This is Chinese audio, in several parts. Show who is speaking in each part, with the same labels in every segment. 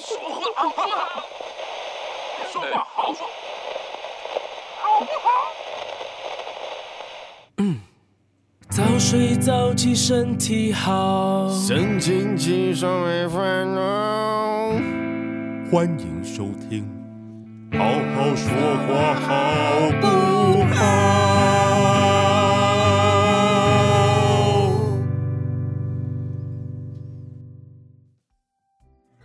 Speaker 1: 好不好？说话好说，好不好？
Speaker 2: 早睡早起身体好。
Speaker 3: 神清气爽没烦恼。欢迎收听，好好说话好不好？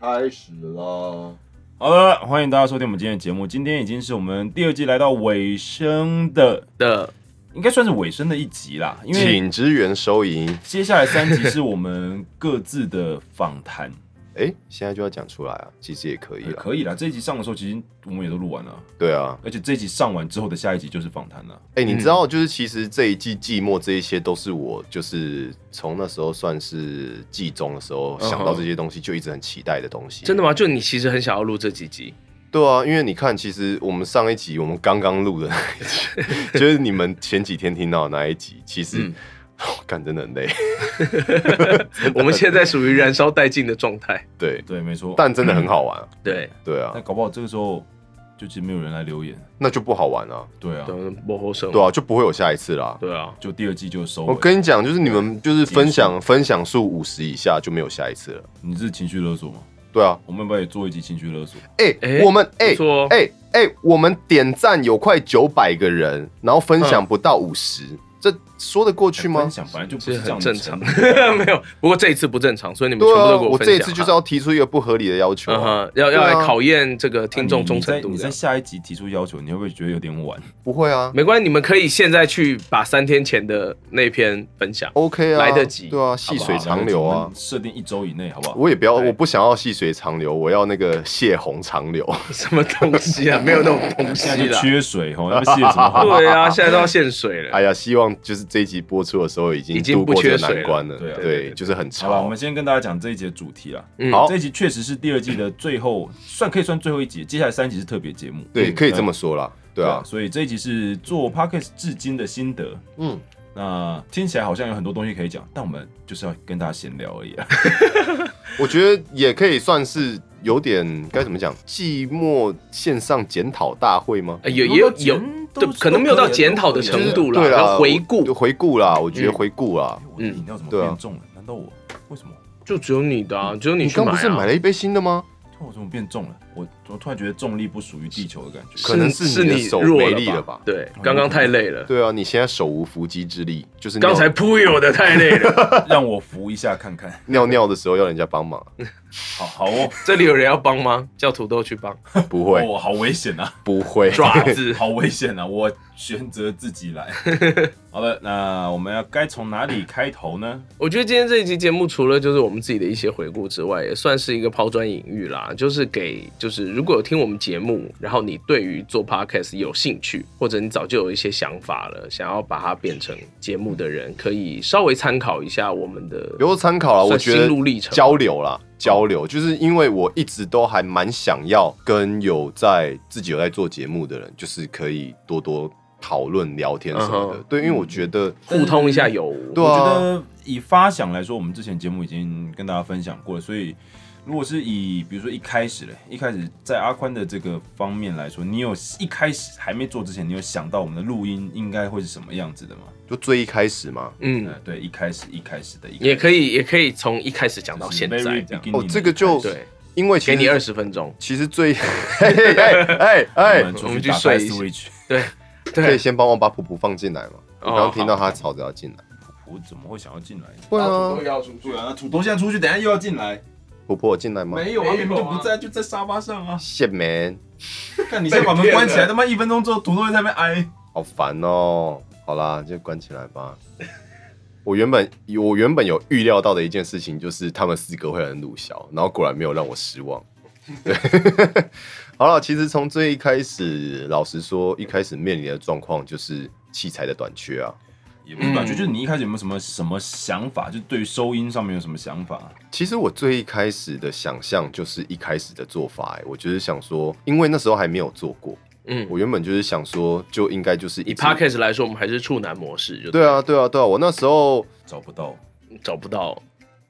Speaker 4: 开始啦！
Speaker 3: 好了，欢迎大家收听我们今天的节目。今天已经是我们第二季来到尾声的，
Speaker 5: 的，
Speaker 3: 应该算是尾声的一集啦，因为
Speaker 5: 请支援收银。
Speaker 3: 接下来三集是我们各自的访谈。
Speaker 5: 哎、现在就要讲出来啊，其实也可以
Speaker 3: 也
Speaker 5: 了。
Speaker 3: 可以啦，这一集上的时候，其实我们也都录完了，
Speaker 5: 对啊，
Speaker 3: 而且这一集上完之后的下一集就是访谈了。
Speaker 5: 哎、你
Speaker 6: 嗯
Speaker 5: 知道，就是其实这一季季末这一些都是我，就是从那时候算是季中的时候
Speaker 6: 嗯哼
Speaker 5: 想到这些东西，就一直很期待的东西。
Speaker 6: 真的吗？就你其实很想要录这几集，
Speaker 5: 对啊，因为你看，其实我们上一集我们刚刚录 的那一集，就是你们前几天听到的那一集，其实
Speaker 6: 嗯
Speaker 5: 我干、真的很累，
Speaker 6: 我们现在属于燃烧殆尽的状态。
Speaker 5: 对，
Speaker 3: 对，没错。
Speaker 5: 但真的很好玩啊。
Speaker 6: 对，
Speaker 5: 对啊
Speaker 3: 但，搞不好这个时候就其实没有人来留言。
Speaker 5: 那就不好玩啊。
Speaker 3: 对啊，
Speaker 6: 等幕后生
Speaker 5: 对啊，就不会有下一次啦。
Speaker 6: 对啊，
Speaker 3: 就第二季就收尾。
Speaker 5: 我跟你讲，就是你们就是分享分享数五十以下就没有下一次了。
Speaker 3: 你是情绪勒索吗？
Speaker 5: 对啊，
Speaker 3: 我们要不要也做一集情绪勒索？
Speaker 5: 哎、
Speaker 6: 哎
Speaker 5: 我们哎
Speaker 6: 不错哦
Speaker 5: 哎哎，我们点赞有快九百个人，然后分享不到五十、
Speaker 6: 嗯
Speaker 5: 这说得过去吗
Speaker 6: 哎
Speaker 3: 分？享本来就不
Speaker 6: 这
Speaker 3: 是这
Speaker 6: 很
Speaker 3: 样
Speaker 6: 正常，
Speaker 3: 的
Speaker 6: 啊没有。不过这一次不正常，所以你们
Speaker 5: 对
Speaker 6: 全部
Speaker 5: 啊，
Speaker 6: 都给
Speaker 5: 我
Speaker 6: 分
Speaker 5: 这
Speaker 6: 享。
Speaker 5: 一次就是要提出一个不合理的要求、
Speaker 6: 嗯
Speaker 5: 啊，
Speaker 6: 哼，要
Speaker 5: 对啊
Speaker 6: 要来考验这个听众
Speaker 3: 你
Speaker 6: 忠
Speaker 3: 你在
Speaker 6: 诚度
Speaker 3: 啊你在
Speaker 6: 的。
Speaker 3: 下一集提出要求，你会不会觉得有点晚？
Speaker 5: 不会啊
Speaker 6: 没关系，你们可以现在去把三天前的那篇分 享。
Speaker 5: ，OK 啊，
Speaker 6: 来得及
Speaker 5: 对啊，细水长流
Speaker 3: 我
Speaker 5: 啊
Speaker 3: 们。设定一周以内，好不好？
Speaker 5: 我也不要，我不想要细水长流，我要那个泄洪长流。
Speaker 6: 什么东西 啊？没有那种东西
Speaker 3: 现在就
Speaker 6: 啦。
Speaker 3: 缺水哦哈，要不泄什么洪？
Speaker 6: 对啊，现在都要限水了。
Speaker 5: 哎呀，希望就是这一集播出的时候已经
Speaker 6: 已经
Speaker 5: 度
Speaker 6: 不
Speaker 5: 过这
Speaker 6: 缺
Speaker 5: 个
Speaker 6: 水
Speaker 5: 难关了。
Speaker 3: 了对啊
Speaker 6: 对对
Speaker 5: 对，就是很
Speaker 3: 好了，
Speaker 5: 长
Speaker 3: 我。们先跟大家讲这一集的主题啦。
Speaker 6: 嗯
Speaker 5: 好
Speaker 3: 这一集确实是第二季的最后，算可以算最后一集。接下来三集是特别节目，
Speaker 5: 对，
Speaker 3: 嗯
Speaker 5: 可以这么说啦。对啊，
Speaker 3: 所以这一集是做 podcast 至今的心得。
Speaker 5: 嗯，
Speaker 3: 那听起来好像有很多东西可以讲，但我们就是要跟大家闲聊而已啊。
Speaker 5: 我觉得也可以算是有点该怎么讲，季末线上检讨大会吗？
Speaker 6: 哎有也有有，对，可能没有到检讨的程度嗯啦，
Speaker 5: 对
Speaker 6: 然
Speaker 5: 啦，
Speaker 6: 后回
Speaker 5: 我
Speaker 6: 顾
Speaker 5: 就回顾啦，我觉得
Speaker 6: 嗯
Speaker 5: 回顾啊啦。
Speaker 3: 我的饮料怎么变重了？难道我为什么？
Speaker 6: 就只有你的啊，只有你
Speaker 5: 你
Speaker 6: 去买
Speaker 5: 刚
Speaker 6: 啊。
Speaker 5: 不是买了一杯新的吗？
Speaker 3: 突然我怎么变重了？我我突然觉得重力不属于地球的感 觉。
Speaker 5: 可能是
Speaker 6: 是
Speaker 5: 你的手
Speaker 6: 弱
Speaker 5: 没力了吧
Speaker 6: 对，刚刚太累了，
Speaker 5: 对啊，你现在手无缚鸡之力，就是尿
Speaker 6: 刚才扑友的太累了。
Speaker 3: 让我扶一下看看。
Speaker 5: 尿尿的时候要人家 帮忙，
Speaker 3: 好好哦，
Speaker 6: 这里有人要帮吗？叫土豆去 帮，
Speaker 5: 不会
Speaker 3: 哦，好危险啊，
Speaker 5: 不会，
Speaker 6: 爪子。
Speaker 3: 好危险啊！我选择自己 来。好了，那我们要该从哪里开头呢？
Speaker 6: 我觉得今天这一期节目，除了就是我们自己的一些回顾之外，也算是一个抛砖引玉啦，就是给就是如果有听我们节目，然后你对于做 podcast 有兴趣，或者你早就有一些想法了，想要把它变成节目的人，可以稍微参考一下我们的
Speaker 5: 留参考啊啦，我
Speaker 6: 算
Speaker 5: 觉得
Speaker 6: 心路历程
Speaker 5: 交流啦，交流就是因为我一直都还蛮想要跟有在自己有在做节目的人，就是可以多多讨论聊天什么
Speaker 6: 嗯
Speaker 5: 的。
Speaker 6: 哼嗯
Speaker 5: 对，因为我觉得，
Speaker 6: 互通一下有无。
Speaker 5: 对
Speaker 3: 我觉
Speaker 5: 啊，
Speaker 3: 得以发想来说，我们之前节目已经跟大家分享过了，所以如果是以比如说一开始嘞，一开始在阿宽的这个方面来说，你有一开始还没做之前，你有想到我们的录音应该会是什么样子的吗？
Speaker 5: 就最一开始嘛。
Speaker 6: 嗯
Speaker 3: 呃，，对，一开始一开始的一开始
Speaker 6: 也可以，也可以从一开始讲到现在这样。
Speaker 5: 哦，这个就
Speaker 6: 对，
Speaker 5: 因为其
Speaker 6: 给你
Speaker 5: 实
Speaker 6: 二十分钟。
Speaker 5: 其 实最 哎哎哎
Speaker 3: 哎，
Speaker 5: 哎
Speaker 3: 我，
Speaker 6: 我
Speaker 3: 们
Speaker 6: 们
Speaker 3: 去
Speaker 6: 去
Speaker 3: 打开
Speaker 6: 睡一下
Speaker 3: Switch，
Speaker 6: 对
Speaker 5: 可以
Speaker 6: 对，
Speaker 5: 先帮我把普普放进来嘛。我
Speaker 6: 哦
Speaker 5: 刚刚听到他吵着要进来，
Speaker 3: 我怎么会想要进来呢？
Speaker 5: 会啊，
Speaker 6: 要出
Speaker 3: 对啊，那土豆现在出去，等一下又要进来，
Speaker 5: 婆婆有进来吗？
Speaker 3: 没有啊，根本就不在，就在沙发上啊。
Speaker 5: 谢梅，
Speaker 3: 看你先把门关起来，他妈一分钟之后，土豆会在那边哎挨。
Speaker 5: 好烦哦。好啦，就关起来 吧。我原本我原本有预料到的一件事情，就是他们四个会很鲁小，然后果然没有让我失 望。对， 好了，其实从最一开始，老实说，一开始面临的状况就是器材的短缺啊。
Speaker 3: 也不是短缺，
Speaker 6: 嗯
Speaker 3: 就是你一开始有没有什么什么想法？就对于收音上面有什么想法？
Speaker 5: 其实我最一开始的想象就是一开始的做法、欸，我就是想说，因为那时候还没有做过，
Speaker 6: 嗯，
Speaker 5: 我原本就是想说，就应该就是一
Speaker 6: 以
Speaker 5: 直
Speaker 6: podcast 来说，我们还是处男模式，就
Speaker 5: 对啊，对啊，对啊，我那时候
Speaker 3: 找不到，
Speaker 6: 找不到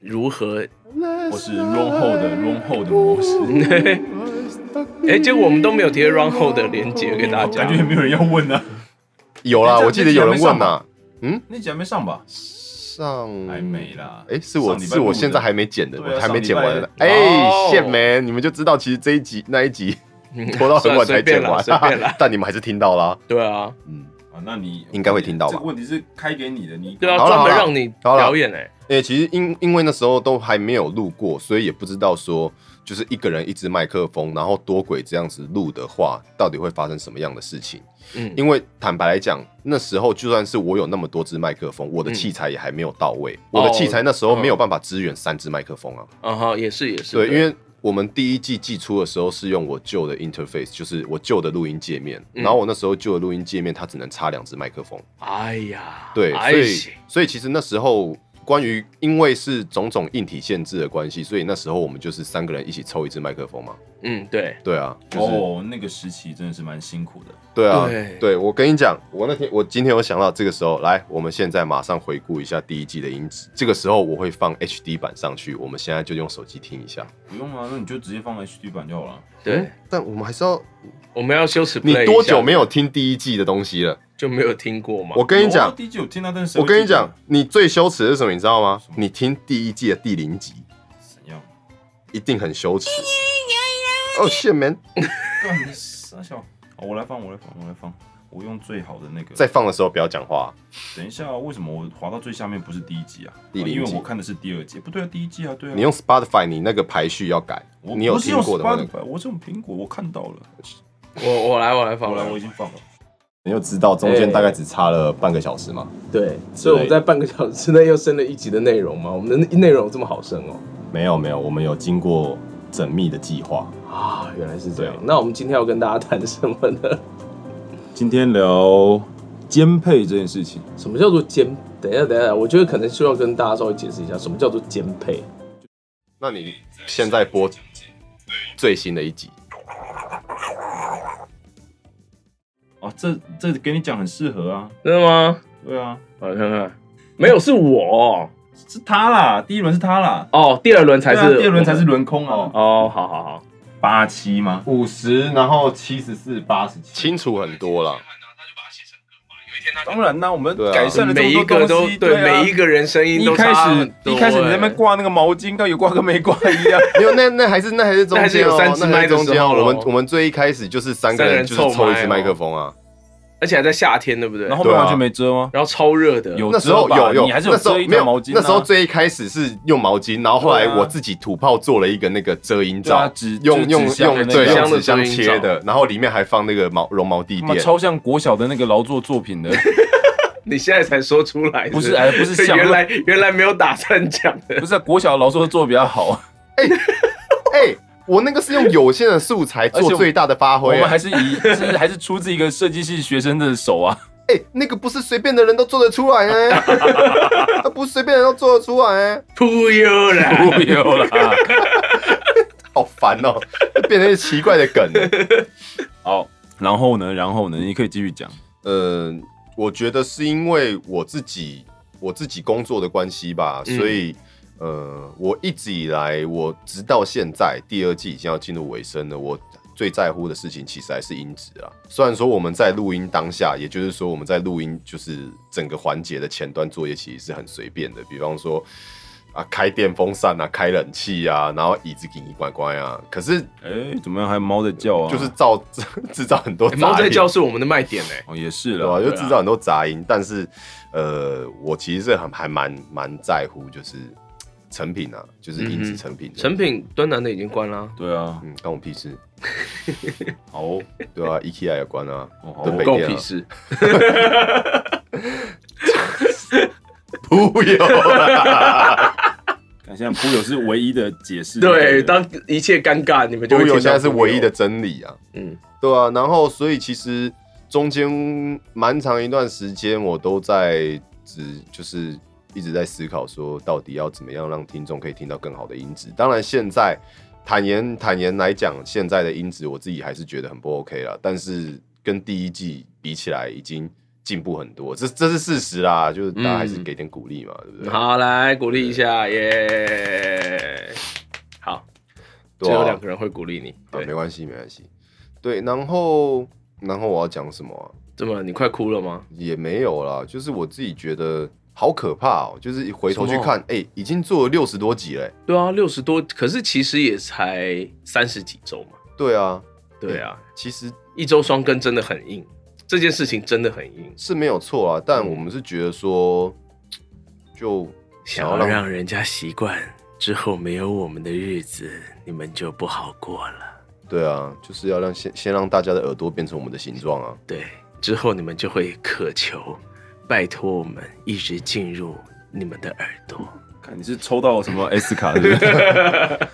Speaker 6: 如何？
Speaker 3: 我是 run hold 的 run hold 的模 式，
Speaker 6: 哎，结果我们都没有贴 run hold 的连接给大家
Speaker 3: 感觉。也没有人要问啊。
Speaker 5: 有
Speaker 3: 哎
Speaker 5: 啦，
Speaker 3: 这
Speaker 5: 我记得有人问呐，
Speaker 3: 那集还没上吧？
Speaker 5: 上
Speaker 3: 还没啦。
Speaker 5: 哎，是我
Speaker 3: 上礼拜
Speaker 5: 是我
Speaker 3: 录的
Speaker 5: 现在还没剪的，
Speaker 3: 对啊
Speaker 5: 我还没剪完
Speaker 3: 上礼
Speaker 5: 呢。
Speaker 3: 拜
Speaker 5: 哎
Speaker 6: 哦，
Speaker 5: 谢梅，你们就知道，其实这一集那一集
Speaker 3: 嗯
Speaker 5: 拖到很晚才剪完
Speaker 6: 算了随便啦，
Speaker 5: 但你们还是听到啦。
Speaker 6: 对啊，
Speaker 5: 嗯，
Speaker 3: 啊，那你
Speaker 5: 应该会听到吧
Speaker 3: 这个问题是开给你的，你
Speaker 6: 对啊，
Speaker 5: 好啦
Speaker 6: 专门
Speaker 5: 好啦
Speaker 6: 让你
Speaker 5: 好啦
Speaker 6: 表演哎，
Speaker 5: 哎，其实因因为那时候都还没有录过，所以也不知道说就是一个人一支麦克风，然后多轨这样子录的话，到底会发生什么样的事情。
Speaker 6: 嗯，
Speaker 5: 因为坦白来讲，那时候就算是我有那么多支麦克风，
Speaker 6: 嗯
Speaker 5: 我的器材也还没有到位，
Speaker 6: 哦
Speaker 5: 我的器材那时候没有办法支援三支麦克风啊。
Speaker 6: 啊哈，也是也嗯是，
Speaker 5: 对，因为我们第一季寄出的时候是用我旧的 interface，就是我旧的录音界面，
Speaker 6: 嗯
Speaker 5: 然后我那时候旧的录音界面它只能插两支麦克风，
Speaker 6: 哎呀，
Speaker 5: 对，
Speaker 6: 哎
Speaker 5: 所以
Speaker 6: 呀
Speaker 5: 所以其实那时候。关于因为是种种硬体限制的关系，所以那时候我们就是三个人一起抽一支麦克风嘛。
Speaker 6: 嗯，对，
Speaker 5: 对啊，就是、
Speaker 3: 哦，那个时期真的是蛮辛苦的。
Speaker 5: 对啊，
Speaker 6: 对
Speaker 5: 我跟你讲，我那天我今天有想到这个时候，来，我们现在马上回顾一下第一季的音质。这个时候我会放 HD 版上去，我们现在就用手机听一下。
Speaker 3: 不用啊，那你就直接放 HD 版就好了。
Speaker 6: 对，
Speaker 5: 但我们还是要，
Speaker 6: 我们要羞耻。
Speaker 5: 嗯你多久没有听第一季的东西了？
Speaker 6: 就没有听过嘛？
Speaker 5: 我跟你
Speaker 3: 有
Speaker 5: 讲
Speaker 3: 啊，第一季有听到，但是谁
Speaker 5: 我
Speaker 3: 会
Speaker 5: 跟你
Speaker 3: 记得
Speaker 5: 讲，你最羞耻的是什么？你知道吗
Speaker 3: 什么？
Speaker 5: 你听第一季的第零集，
Speaker 3: 怎样？
Speaker 5: 一定很羞
Speaker 3: 哎
Speaker 5: 耻。哦，谢门
Speaker 3: 干你傻笑！哦我来放，我来放，我来放。我用最好的那个。
Speaker 5: 在放的时候不要讲话。
Speaker 3: 等一下啊，为什么我滑到最下面不是第一集啊？
Speaker 5: 第
Speaker 3: 啊
Speaker 5: 零
Speaker 3: 因为
Speaker 5: 集
Speaker 3: 我看的是第二季，不对啊，第一季啊，对啊。
Speaker 5: 你用 Spotify，你那个排序要改。
Speaker 3: 我
Speaker 5: 你有
Speaker 3: 不是
Speaker 5: 听
Speaker 3: 用
Speaker 5: 过的话，那个
Speaker 3: Spotify，我是用苹果，我看到了。
Speaker 6: 我我来我来放，
Speaker 3: 好了，我已经放了。
Speaker 5: 你就知道中间大概只差了半个小时嘛。
Speaker 6: 对，所以我们在半个小时之内又升了一集的内容嘛，我们的内容有这么好升哦。
Speaker 5: 没有没有，我们有经过缜密的计划。
Speaker 6: 啊，原来是这样
Speaker 5: 对。
Speaker 6: 那我们今天要跟大家谈什么呢？
Speaker 3: 今天聊兼配这件事情，
Speaker 6: 什么叫做兼？等一下，等一下，我觉得可能需要跟大家稍微解释一下，什么叫做兼配？
Speaker 5: 那你现在播最新的一集，
Speaker 3: 哦，这这给你讲很适合啊，
Speaker 6: 真的吗？
Speaker 3: 对啊，
Speaker 6: 我来看看，没有，是我
Speaker 3: 是他啦，第一轮是他啦，
Speaker 6: 哦。第二轮才
Speaker 3: 对
Speaker 6: 是、
Speaker 3: 啊，第二轮才是轮空啊，
Speaker 6: 哦，好好好，
Speaker 3: 八七吗？
Speaker 4: 五十，然后七十四、八十七，
Speaker 5: 清楚很多了。
Speaker 3: 当然啦，我们
Speaker 5: 对啊
Speaker 3: 改善了这
Speaker 6: 每一
Speaker 3: 么
Speaker 6: 个
Speaker 3: 多
Speaker 6: 都
Speaker 3: 东西，
Speaker 6: 对、
Speaker 3: 啊
Speaker 6: 每一个人声音
Speaker 3: 你
Speaker 6: 都
Speaker 3: 一开
Speaker 6: 差很
Speaker 3: 始
Speaker 6: 多
Speaker 3: 一开始你在那
Speaker 6: 欸
Speaker 3: 边挂那个毛巾，跟有挂跟没挂 一样，
Speaker 5: 没有，那那还是那还是中
Speaker 6: 那还是
Speaker 5: 间
Speaker 6: 有
Speaker 5: 哦，
Speaker 6: 三支
Speaker 5: 那还
Speaker 6: 麦
Speaker 5: 是
Speaker 6: 的
Speaker 5: 中间
Speaker 6: 时
Speaker 5: 哦。
Speaker 6: 候咯
Speaker 5: 我们我们最一开始就是三个人就
Speaker 6: 三
Speaker 5: 是
Speaker 6: 个人凑麦哦
Speaker 5: 抽一支麦克风啊。
Speaker 6: 而且还在夏天，对不对？
Speaker 3: 然后后面
Speaker 5: 对啊
Speaker 3: 完全没遮吗？
Speaker 6: 然后超热的，
Speaker 3: 有
Speaker 5: 那时候
Speaker 3: 哦遮吧
Speaker 5: 有有，
Speaker 3: 你还是
Speaker 5: 那
Speaker 3: 有
Speaker 5: 时候
Speaker 3: 遮一
Speaker 5: 没
Speaker 3: 条
Speaker 5: 有
Speaker 3: 毛巾啊，
Speaker 5: 那时候最一开始是用毛巾，然后后来
Speaker 3: 对啊
Speaker 5: 我自己土炮做了一个那个遮阴
Speaker 3: 对啊
Speaker 5: 罩
Speaker 3: 纸，
Speaker 5: 用
Speaker 3: 就
Speaker 5: 用
Speaker 3: 是纸箱的
Speaker 5: 用
Speaker 3: 那个
Speaker 5: 对用纸
Speaker 6: 箱的遮
Speaker 5: 箱
Speaker 6: 阴
Speaker 5: 切的，然后里面还放那个毛绒毛地
Speaker 3: 他妈
Speaker 5: 垫。
Speaker 3: 超像国小的那个劳作作品的，
Speaker 6: 你现在才说出来，
Speaker 3: 不是
Speaker 6: 不
Speaker 3: 哎 不是像
Speaker 6: 原来原来没有打算讲的。
Speaker 3: 不是啊国小的劳作做得比较 好，
Speaker 5: 哎，我那个是用有限的素材
Speaker 3: 而且我
Speaker 5: 做
Speaker 3: 们
Speaker 5: 最大的发
Speaker 3: 我
Speaker 5: 挥
Speaker 3: 们
Speaker 5: 啊。
Speaker 3: 还是以就是还是出自一个设计系学生的手啊，
Speaker 5: 哎、那个不是随便的人都做得出来哎、 那不是随便的人都做得出来哎、
Speaker 6: 忽悠啦，
Speaker 3: 不有啦。
Speaker 5: 好烦哦、变成一个奇怪的梗了。
Speaker 3: 好，然后呢，然后呢，你可以继续讲。
Speaker 5: 呃，我觉得是因为我自己我自己工作的关系吧，
Speaker 6: 嗯
Speaker 5: 所以呃，我一直以来，我直到现在第二季已经要进入尾声了，我。最在乎的事情其实还是音质啊。虽然说我们在录音当下，也就是说我们在录音就是整个环节的前端作业其实是很随便的，比方说啊开电风扇啊、开冷气啊，然后椅子给你乖乖啊。可是
Speaker 3: 哎、怎么样？还有猫在叫啊？
Speaker 5: 就是造 制造很多
Speaker 6: 哎
Speaker 5: 杂音。啊
Speaker 6: 猫在叫是我们的卖点哎、
Speaker 3: 哦，也是
Speaker 5: 对吧、啊
Speaker 3: 了，
Speaker 5: 就制造很多杂音。但是，呃，我其实是很还蛮蛮在乎，就是成品啊，就是音
Speaker 6: 嗯
Speaker 5: 质
Speaker 6: 哼
Speaker 5: 成品的。
Speaker 6: 成品端南的已经关啦、
Speaker 3: 对啊，
Speaker 5: 嗯，关我屁事。
Speaker 3: 好哦，
Speaker 5: 对 啊，IKEA 有关啊，
Speaker 3: 哦好
Speaker 5: 跟
Speaker 3: 哦
Speaker 5: 北
Speaker 6: 够
Speaker 5: 电
Speaker 6: 屁
Speaker 5: 啊，
Speaker 6: 事。
Speaker 5: 不有啦，
Speaker 3: 看现在铺友是唯一的解释。
Speaker 6: 对，当一切尴尬，你们就
Speaker 5: 不
Speaker 6: 会
Speaker 5: 有
Speaker 6: 听
Speaker 5: 现
Speaker 6: 到
Speaker 5: 在是
Speaker 6: 忽悠
Speaker 5: 唯一的。真理啊。
Speaker 6: 嗯，
Speaker 5: 对啊，然后所以其实中间蛮长一段时间，我都在只就是一直在思考说，到底要怎么样让听众可以听到更好的音质。当然，现在坦言坦言来讲，现在的音质我自己还是觉得很不 OK 啦，但是跟第一季比起来，已经进步很多，这这是事实啦， 就是啊大家还是给点鼓励嘛，对不对？
Speaker 6: 好，来鼓励一下，耶、好，
Speaker 5: 对
Speaker 6: 只
Speaker 5: 啊
Speaker 6: 有两个人会鼓励你，
Speaker 5: 啊，
Speaker 6: 对
Speaker 5: 没，关系，没关系。对，然后然后我要讲什么啊、
Speaker 6: 怎么了？你快哭了吗？
Speaker 5: 也没有啦，就是我自己觉得好可怕哦、就是回头去
Speaker 6: 什么
Speaker 5: 看，哎、已经做了欸六十多集嘞、
Speaker 6: 对啊，六十多，可是其实也才三十几周嘛。
Speaker 5: 对啊，
Speaker 6: 对啊，
Speaker 5: 其实
Speaker 6: 一周双更真的很硬，这件事情真的很硬，
Speaker 5: 是没有错啊，
Speaker 6: 嗯
Speaker 5: 但我们是觉得说，就
Speaker 6: 想要让人家习惯之后没有我们的日子，你们就不好过了。
Speaker 5: 对啊，就是要让先先让大家的耳朵变成我们的形状啊。
Speaker 6: 对，之后你们就会渴求，拜托我们一直进入你们的耳朵。
Speaker 3: 看你是抽到什么 S 卡对不对？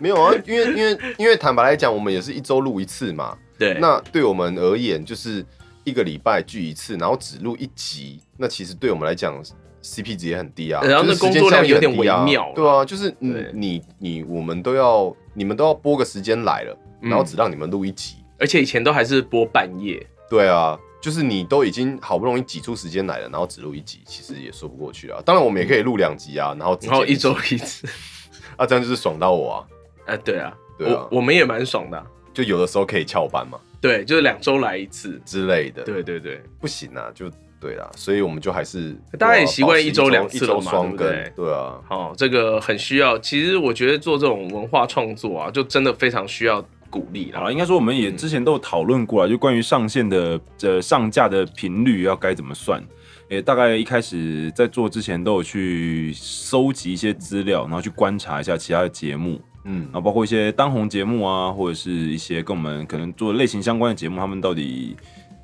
Speaker 5: 没有啊，因为因为因为坦白来讲，我们也是一周录一次嘛。
Speaker 6: 对，
Speaker 5: 那对我们而言，就是一个礼拜聚一次，然后只录一集，那其实对我们来讲，CP 值也很低啊。
Speaker 6: 然后那
Speaker 5: 就是时
Speaker 6: 工
Speaker 5: 间
Speaker 6: 作量
Speaker 5: 效率很低啊
Speaker 6: 有点微妙啦
Speaker 5: 对啊，就是你
Speaker 6: 对
Speaker 5: 你你，我们都要你们都要播个时间来了，然
Speaker 6: 嗯
Speaker 5: 后只让你们录一集。
Speaker 6: 而且以前都还是播半夜，
Speaker 5: 对啊，就是你都已经好不容易挤出时间来了，然后只录一集，其实也说不过去啊。当然，我们也可以录两集啊，然后只
Speaker 6: 然后
Speaker 5: 剪
Speaker 6: 一周
Speaker 5: 集
Speaker 6: 一次。
Speaker 5: 啊，这样就是爽到我啊。
Speaker 6: 啊，对啊，
Speaker 5: 对啊
Speaker 6: 我我们也蛮爽的啊、
Speaker 5: 就有的时候可以翘班嘛
Speaker 6: 对，就是两周来一次。
Speaker 5: 之类的。
Speaker 6: 对对对，
Speaker 5: 不行啊，就对啦，所以我们就还是
Speaker 6: 大家也
Speaker 5: 对啊
Speaker 6: 习惯
Speaker 5: 保持
Speaker 6: 一
Speaker 5: 一
Speaker 6: 周两次
Speaker 5: 一周
Speaker 6: 了嘛对
Speaker 5: 双
Speaker 6: 不
Speaker 5: 更，对啊，
Speaker 6: 好、这个很需要。其实我觉得做这种文化创作啊，就真的非常需要鼓励
Speaker 3: 好
Speaker 6: 啦。
Speaker 3: 了，应该说我们也之前都有讨论过啊，就关于上线的呃上架的频率要该怎么算。也大概一开始在做之前都有去收集一些资料，然后去观察一下其他的节目，
Speaker 5: 嗯
Speaker 3: 然，后包括一些当红节目啊，或者是一些跟我们可能做类型相关的节目，他们到底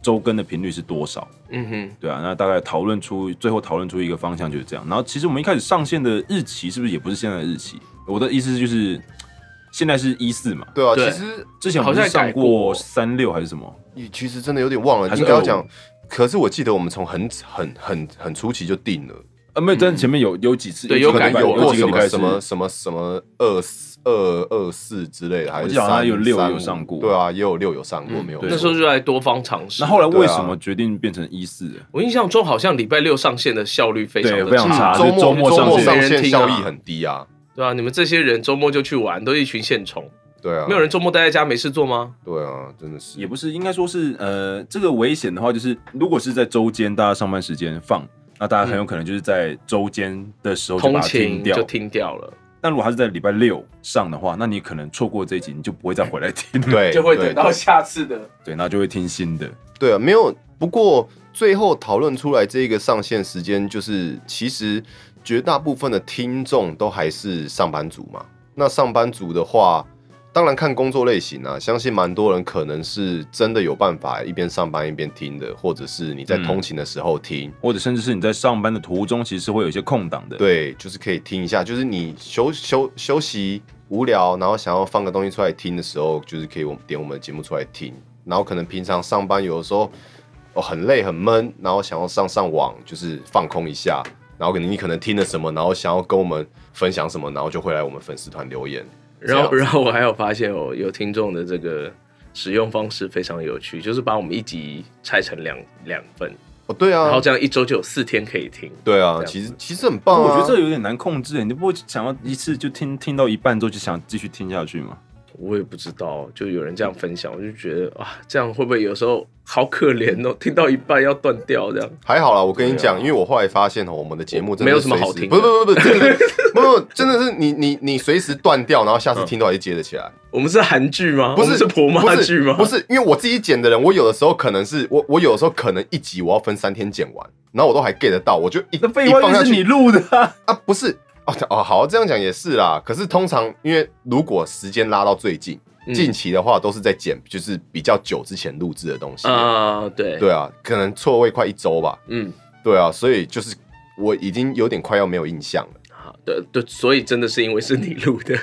Speaker 3: 周更的频率是多少？
Speaker 6: 嗯哼，
Speaker 3: 对啊，那大概讨论出最后讨论出一个方向就是这样。然后其实我们一开始上线的日期是不是也不是现在的日期？我的意思就是现在是一四嘛，
Speaker 5: 对啊，
Speaker 6: 对
Speaker 5: 其实
Speaker 3: 之前我们
Speaker 6: 好
Speaker 3: 是
Speaker 6: 像改
Speaker 3: 上
Speaker 6: 过
Speaker 3: 过三六还是什么？
Speaker 5: 你其实真的有点忘了，
Speaker 3: 还是
Speaker 5: 应该要
Speaker 3: 25
Speaker 5: 讲。可是我记得我们从很很很很初期就定了，
Speaker 3: 呃，没有，但前面有有几次
Speaker 6: 对
Speaker 3: 有
Speaker 5: 可
Speaker 3: 几个
Speaker 5: 能
Speaker 3: 礼拜
Speaker 5: 有过
Speaker 3: 几个
Speaker 5: 什
Speaker 3: 礼拜
Speaker 5: 么
Speaker 3: 是
Speaker 5: 什么什么什么二四二二四之类的，还
Speaker 3: 我
Speaker 5: 是
Speaker 3: 记得好像
Speaker 5: 三
Speaker 3: 有六
Speaker 5: 三
Speaker 3: 有
Speaker 5: 五
Speaker 3: 上过
Speaker 5: 对啊，也有六有上过，
Speaker 6: 嗯
Speaker 5: 没有错？
Speaker 3: 对
Speaker 6: 那时候就在多方尝试。
Speaker 3: 那后来为什
Speaker 5: 对啊
Speaker 3: 么决定变成一四？
Speaker 6: 我印象中好像礼拜六上线的效率非常
Speaker 3: 对
Speaker 6: 的
Speaker 3: 非常
Speaker 6: 差，
Speaker 3: 差
Speaker 5: 嗯周
Speaker 3: 就周末
Speaker 5: 末周
Speaker 3: 上
Speaker 5: 末
Speaker 3: 线
Speaker 5: 上
Speaker 6: 没人
Speaker 5: 线
Speaker 6: 听
Speaker 5: 效益
Speaker 6: 啊
Speaker 5: 很低啊，
Speaker 6: 对啊，你们这些人周末就去玩，都一群现虫，
Speaker 5: 对啊，
Speaker 6: 没有人周末待在家没事做吗？
Speaker 5: 对啊，真的是
Speaker 3: 也不是，应该说是呃，这个危险的话，就是如果是在周间大家上班时间放，那大家很有可能就是在周间的时候就
Speaker 6: 通
Speaker 3: 把它
Speaker 6: 勤
Speaker 3: 停掉
Speaker 6: 就。听掉了，
Speaker 3: 但如果它是在礼拜六上的话，那你可能错过这一集，你就不会再回来听了。
Speaker 5: 对，对对
Speaker 6: 下次的。
Speaker 3: 对，那就会听新的。
Speaker 5: 对啊，没有。不过最后讨论出来这个上线时间，就是其实绝大部分的听众都还是上班族嘛。那上班族的话，当然看工作类型啊，相信蛮多人可能是真的有办法一边上班一边听的，或者是你在
Speaker 3: 嗯
Speaker 5: 通勤的时候听。
Speaker 3: 或者甚至是你在上班的途中，其实是会有一些空档的。，
Speaker 5: 对，就是可以听一下，就是你休休休息无聊，然后想要放个东西出来听的时候，就是可以我们点我们的节目出来听。然后可能平常上班有的时候哦很累很闷，然后想要上上网就是放空一下，然后可能你可能听了什么，然后想要跟我们分享什么，然后就会来我们粉丝团留言。
Speaker 6: 然后，
Speaker 5: 这样子
Speaker 6: 然后我还有发现哦，有听众的这个使用方式非常有趣，就是把我们一集拆成两两份，
Speaker 5: 哦对
Speaker 6: 然
Speaker 5: 啊
Speaker 6: 后，这样一周就有四天可以听。
Speaker 5: 对
Speaker 6: 这
Speaker 5: 啊，
Speaker 6: 样
Speaker 5: 其实
Speaker 6: 子
Speaker 5: 其实很棒
Speaker 3: 我
Speaker 5: 啊。
Speaker 3: 觉得这有点难控制，欸你不会想要一次就听听到一半之后就想继续听下去吗？
Speaker 6: 我也不知道，就有人这样分享，我就觉得啊，这样会不会有时候好可怜哦？听到一半要断掉这样。
Speaker 5: 还好啦，我跟你讲，因为我后来发现哦，我们的节目真的
Speaker 6: 没有什么好
Speaker 5: 随时
Speaker 6: 听的
Speaker 5: 不不不不，真的是不 不，真的是你你你随时断掉，然后下次听到也接得起来，
Speaker 6: 我们是韩剧吗？
Speaker 5: 不
Speaker 6: 哦我们
Speaker 5: 是
Speaker 6: 是婆妈
Speaker 5: 不是
Speaker 6: 剧吗？
Speaker 5: 不，是，因为我自己剪的人，我有的时候可能是我我有的时候可能一集我要分三天剪完，然后我都还 get 得到，我就一
Speaker 3: 那废
Speaker 5: 一
Speaker 3: 话
Speaker 5: 放下
Speaker 3: 就是你
Speaker 5: 去
Speaker 3: 录的、啊。
Speaker 5: 啊，不是哦哦，好这样讲也是啦。可是通常因为如果时间拉到最近
Speaker 6: 嗯
Speaker 5: 近期的话，都是在剪就是比较久之前录制的东西，
Speaker 6: 啊、对，
Speaker 5: 对啊，可能错位快一周吧。
Speaker 6: 嗯，
Speaker 5: 对啊，所以就是我已经有点快要没有印象了，
Speaker 6: 好，对对，所以真的是因为是你录的，